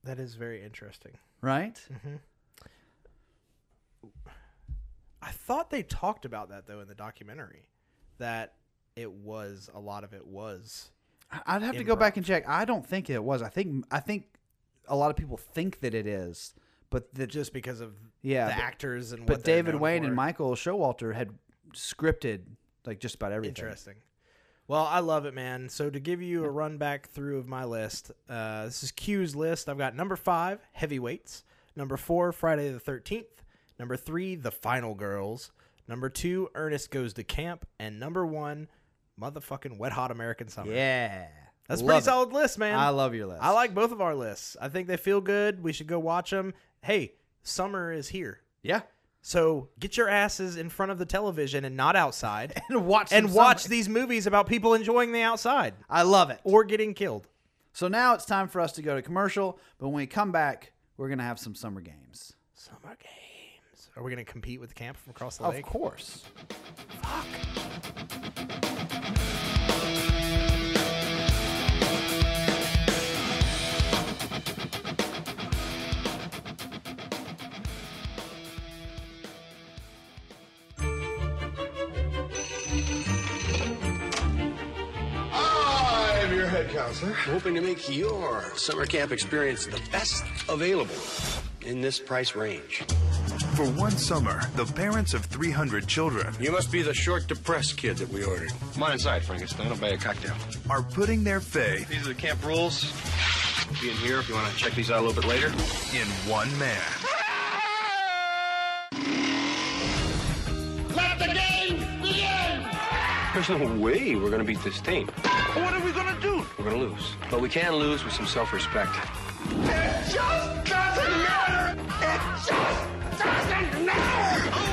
that is very interesting.
right?
I thought they talked about that though in the documentary, that it was a lot of it was.
I- I'd have to go
Improv.
back and check. I don't think it was. I think I think a lot of people think that it is, but that
Just because of
Yeah,
the
but-
actors and
But
what they're
David
known
Wayne
for.
and Michael Showalter had scripted like just about everything.
Interesting. Well, I love it, man. So to give you a run back through of my list, uh, this is Q's list. I've got number five, heavyweights. Number four, Friday the Thirteenth. Number three, The Final Girls. Number two, Ernest Goes to Camp. And number one, motherfucking Wet Hot American Summer.
Yeah,
that's a
Love
pretty
it.
solid list, man.
I love your list.
I like both of our lists. I think they feel good. We should go watch them. Hey, summer is here.
Yeah,
So get your asses in front of the television and not outside
and watch
and
some
watch
summer-
these movies about people enjoying the outside
I love it.
or getting killed.
So now it's time for us to go to commercial. But when we come back, we're gonna have some summer games.
Summer games. Are we going to compete with the camp from across the
Of
lake?
course.
I'm your head counselor.
Hoping to make your summer camp experience the best available in this price range.
For one summer, the parents of 300 children
You must be the short, depressed kid that we ordered. Come on inside, Frankenstein. I'll buy you a cocktail.
are putting their faith
These are the camp rules. Be in here if you want to check these out a little bit later.
in one man.
Let the game begin!
There's no way we're going to beat this team. What are we going to do? We're going to lose. But we can lose with some self respect.
It just doesn't matter! It just doesn't matter!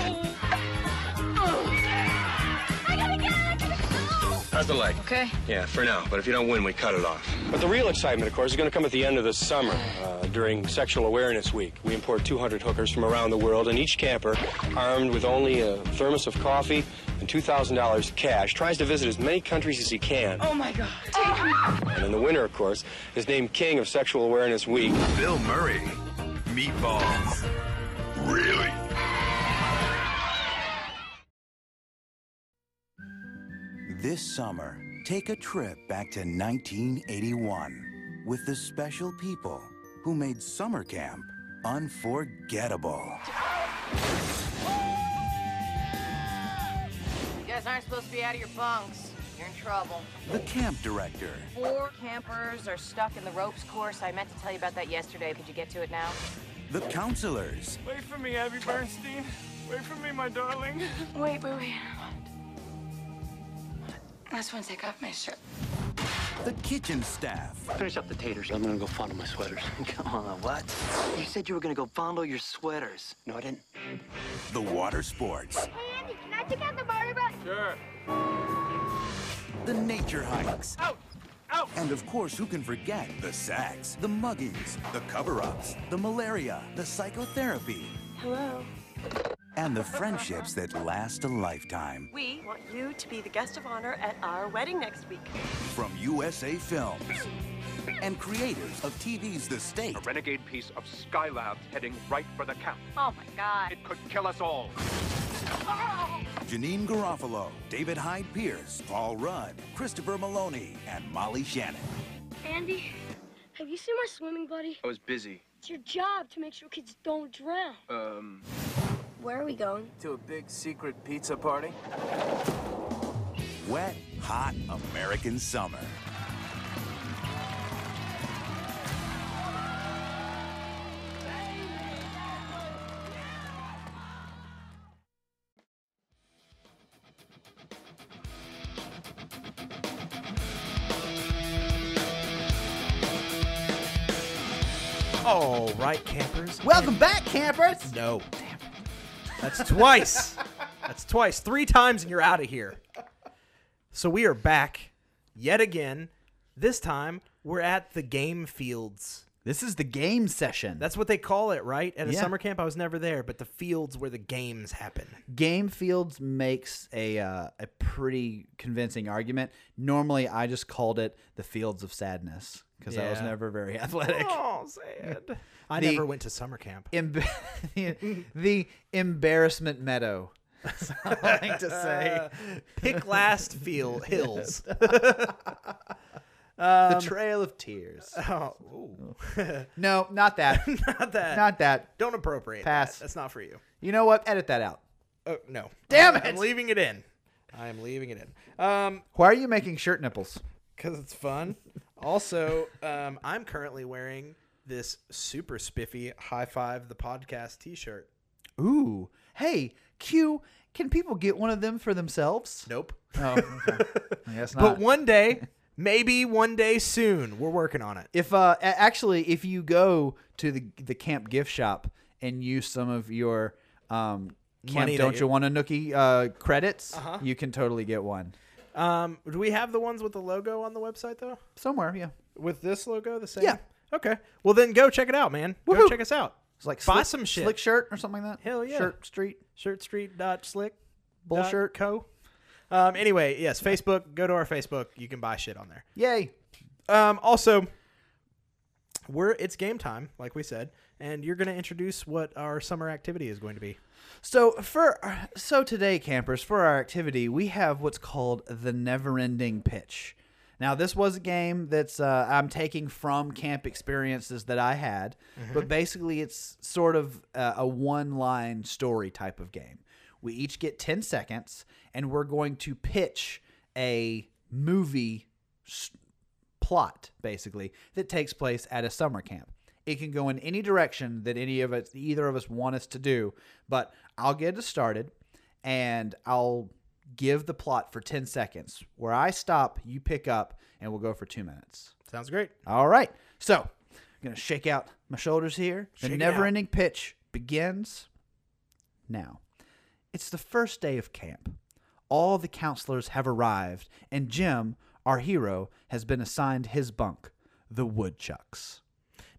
the leg.
Okay.
Yeah, for now. But if you don't win, we cut it off. But the real excitement, of course, is going to come at the end of the summer uh, during Sexual Awareness Week. We import 200 hookers from around the world, and each camper, armed with only a thermos of coffee and $2,000 cash, tries to visit as many countries as he can.
Oh my God. Take me.
And in the winter, of course, is named King of Sexual Awareness Week.
Bill Murray, meatballs. Really?
This summer, take a trip back to 1981 with the special people who made summer camp unforgettable.
You guys aren't supposed to be out of your bunks. You're in trouble.
The camp director,
Four campers are stuck in the ropes course. I meant to tell you about that yesterday. Could you get to it now?
the counselors,
Wait for me, Abby Bernstein. Wait for me, my darling.
Wait, wait, wait. I just want to take off my shirt.
the kitchen staff,
Finish up the taters. I'm gonna go fondle my sweaters. Come on, what? You said you were gonna go fondle your sweaters. No, I didn't.
the water sports,
Andy, can I take out the Mario Bros? Sure.
the nature hikes. And of course, who can forget the sex, the muggings, the cover ups, the malaria, the psychotherapy,
Hello.
and the friendships that last a lifetime.
We want you to be the guest of honor at our wedding next week.
From USA Films and creators of TV's The State.
A renegade piece of Skylabs heading right for the camp.
Oh my God. Ah!
It could kill us all.
Janine Garofalo, David Hyde Pierce, Paul Rudd, Christopher Maloney, and Molly Shannon.
Andy, have you seen my swimming buddy?
I was busy.
It's your job to make sure kids don't drown.
Um.
Where are we going?
To a big secret pizza party?
Wet, hot American summer.
All right, campers.
Welcome back, campers.
No. Damn. That's twice. That's twice. Three times, and you're out of here. So we are back yet again. This time, we're at the game fields.
This is the game session.
That's what they call it, right? At a
Yeah.
summer camp, I was never there, but the fields where the games happen.
Game Fields makes a uh, a pretty convincing argument. Normally, I just called it the Fields of Sadness because I was
Yeah.
never very athletic.
Oh, sad. I
The-
never went to summer camp.
Em- the embarrassment meadow. That's all I like to say.
Pick last field hills.
the
Um,
Trail of Tears.
Oh,
No, not that.
not that.
Not that.
Don't appropriate.
Pass.
That. That's not for you.
You know what? Edit that out.
Oh no!
Damn
I'm
it!
leaving it in. I am leaving it in. Um,
Why are you making shirt nipples?
because it's fun. Also, um, I'm currently wearing this super spiffy high five the podcast T-shirt.
Ooh. Hey, Q, can people get one of them for themselves?
Nope.
Oh, okay. I guess not.
But one day, maybe one day soon, we're working on it.
If uh, a- actually, if you go to the the camp gift shop and use some of your um, camp,
Money that
don't
you-
you want a nookie uh, credits,
Uh-huh.
you can totally get one
Um, do we have the ones with the logo on the website though?
somewhere. Yeah,
With this logo, the same.
Yeah.
Okay. Well, then go check it out, man. Go
Woohoo.
check us out.
it's like
Buy
slick,
some shit.
slick shirt or something like that.
Hell yeah.
shirt street.
shirtstreet dot slick
Bull shirt.
co. Um, anyway, yes, Facebook. Go to our Facebook. You can buy shit on there.
Yay!
Um, also, we're it's game time, like we said, and you're going to introduce what our summer activity is going to be.
So for so today, campers, for our activity, we have what's called the never-ending pitch. Now, this was a game that's uh, I'm taking from camp experiences that I had, but basically, it's sort of uh, a one-line story type of game. We each get ten seconds, and we're going to pitch a movie s- plot basically that takes place at a summer camp. It can go in any direction that any of us, either of us, want us to do. But I'll get us started, and I'll give the plot for ten seconds. Where I stop, you pick up, and we'll go for two minutes.
Sounds great.
All right. So I'm gonna shake out my shoulders here.
Shake
the
it
never-ending pitch begins now. It's the first day of camp. all the counselors have arrived, and Jim, our hero, has been assigned his bunk, the woodchucks.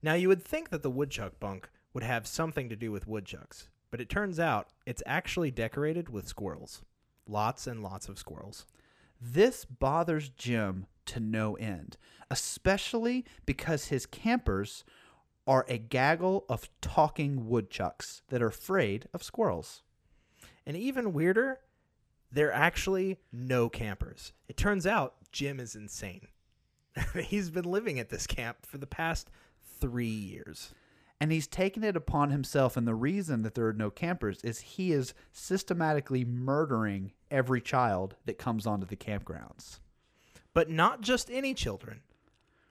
Now, you would think that the woodchuck bunk would have something to do with woodchucks, but it turns out it's actually decorated with squirrels. Lots and lots of squirrels.
This bothers Jim to no end, especially because his campers are a gaggle of talking woodchucks that are afraid of squirrels.
And even weirder, they're actually no campers. It turns out Jim is insane. He's been living at this camp for the past three years.
And he's taken it upon himself. And the reason that there are no campers is he is systematically murdering every child that comes onto the campgrounds.
But not just any children,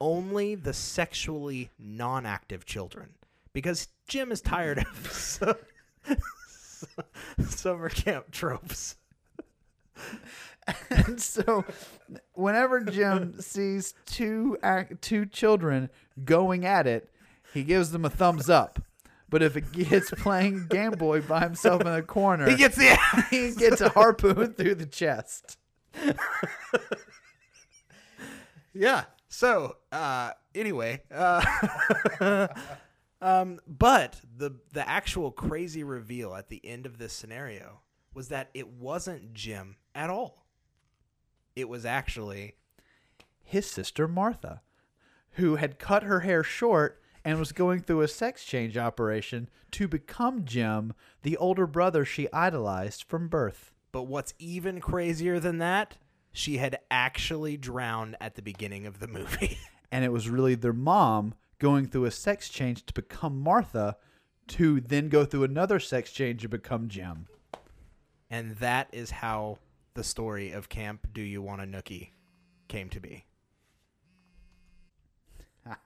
only the sexually non active children. Because Jim is tired of su- summer camp tropes.
and so whenever Jim sees two ac- two children going at it, he gives them a thumbs up. But if it gets playing Game Boy by himself in a corner,
He gets the ass.
he gets a harpoon through the chest.
Yeah. So, uh, anyway, uh, um, but the the actual crazy reveal at the end of this scenario was that it wasn't Jim at all. It was actually
His sister Martha, who had cut her hair short and was going through a sex change operation to become Jim, the older brother she idolized from birth.
But what's even crazier than that, she had actually drowned at the beginning of the movie.
and it was really their mom going through a sex change to become Martha, to then go through another sex change to become Jim.
and that is how the story of Camp Do You Want a Nookie came to be.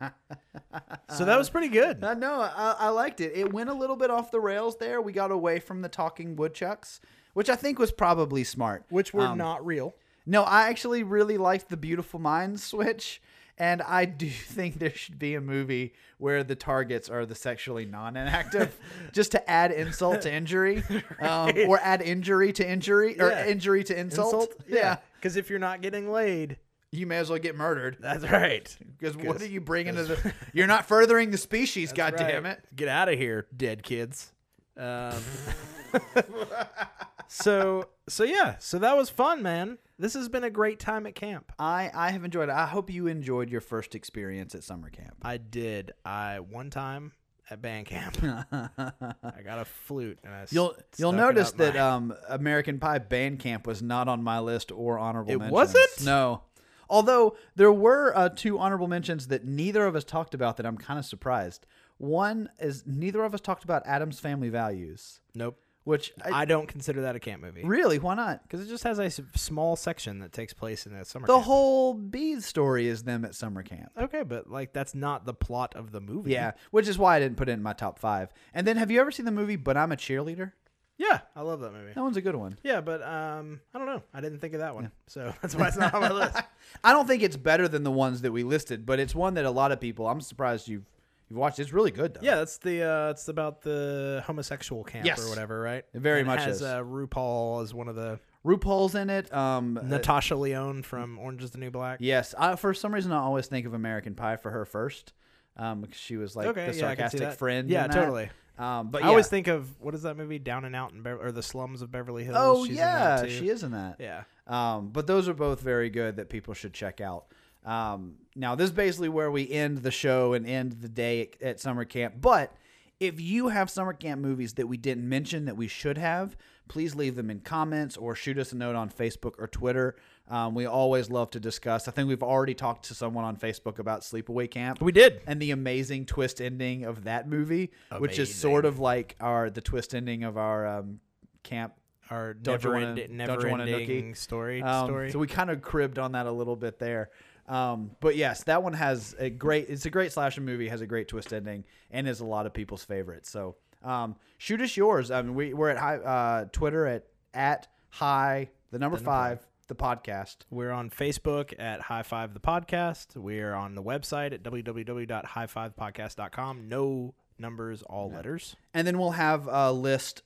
so that was pretty good.
Uh, no, I, I liked it. It went a little bit off the rails there. We got away from the talking woodchucks, which I think was probably smart.
Which were
Um,
not real.
No, I actually really liked the Beautiful Mind switch, and I do think there should be a movie where the targets are the sexually non-inactive, just to add insult to injury, um, or add injury to injury, or
Yeah.
injury to insult.
Yeah. Because if you're not getting laid,
you may as well get murdered.
that's right.
Because what are you bringing to the? You're not furthering the species. God damn it.
Get out of here, dead kids. Um, so so yeah, so that was fun, man. This has been a great time at camp.
I, I have enjoyed it. I hope you enjoyed your first experience at summer camp.
I did. I one time at band camp, I got a flute, and I
You'll
st-
you'll
stuck it
notice
up
that
my-
um, American Pie Band Camp was not on my list or honorable
It
mentions.
wasn't?
No. Although there were uh, two honorable mentions that neither of us talked about that I'm kind of surprised. One is neither of us talked about Adam's Family Values,
nope.
which I,
I don't consider that a camp movie
really why not?
because it just has a s- small section that takes place in the summer.
The
camp.
whole Bees story is them at summer camp.
okay, but like that's not the plot of the movie.
Yeah, which is why I didn't put it in my top five. And then, have you ever seen the movie But I'm a Cheerleader?
yeah, I love that movie.
That one's a good one.
Yeah, but um, I don't know. I didn't think of that one, so that's why it's not on my list.
I don't think it's better than the ones that we listed, but it's one that a lot of people. I'm surprised you've you've watched. It's really good though.
Yeah, that's the uh, it's about the homosexual camp
Yes.
or whatever, right?
It very
And
much
has
is.
Uh, RuPaul as one of the Mm-hmm.
RuPaul's in it. Um, uh,
Natasha Leone from Orange Is the New Black.
yes, I, for some reason I always think of American Pie for her first, um, because she was like
Okay,
the
yeah, I can see
sarcastic
that.
friend.
Yeah,
in that.
totally.
Um, but
I always
yeah.
think of what is that movie Down and Out in Bever- or the Slums of Beverly Hills.
Oh
She's in that
yeah,
too.
she is in that.
Yeah.
Um, but those are both very good that people should check out. Um, now, this is basically where we end the show and end the day at, at summer camp. But if you have summer camp movies that we didn't mention that we should have, please leave them in comments or shoot us a note on Facebook or Twitter. Um, we always love to discuss. I think we've already talked to someone on Facebook about Sleepaway Camp.
We did.
And the amazing twist ending of that movie, which is sort of like our the twist ending of our um, camp
Our
don't you
never,
wanna-
end-
don't
never
you wanna
ending
nookie?
story.
Um,
story.
So we kind of cribbed on that a little bit there. Um, but yes, that one has a great. It's a great slasher movie. Has a great twist ending and is a lot of people's favorite. So um, shoot us yours. I mean, we we're at high, uh, Twitter at at high the number five the podcast.
We're on Facebook at High Five the Podcast. We're on the website at www.highfivepodcast.com. No numbers, all letters.
And then we'll have a list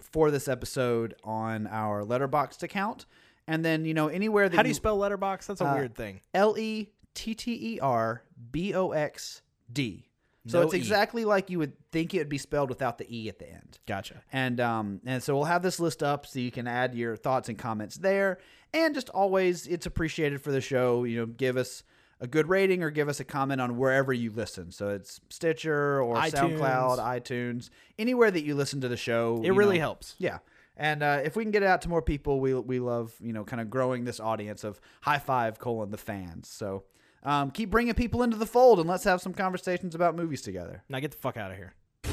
for this episode on our letterboxed account. And then, you know, anywhere that
How do you spell letterbox? That's a
uh,
weird thing.
L E T T E R B O X D. So
No
it's
E.
exactly like you would think it would be spelled without the E at the end.
Gotcha.
And um and so we'll have this list up so you can add your thoughts and comments there. And just always it's appreciated for the show. You know, give us a good rating or give us a comment on wherever you listen. So it's Stitcher or
iTunes.
SoundCloud, iTunes, anywhere that you listen to the show.
It
you
really
know.
helps.
Yeah. And uh, if we can get it out to more people, we we love you know kind of growing this audience of high five colon the fans. So um, keep bringing people into the fold and let's have some conversations about movies together.
Now get the fuck out of here.
And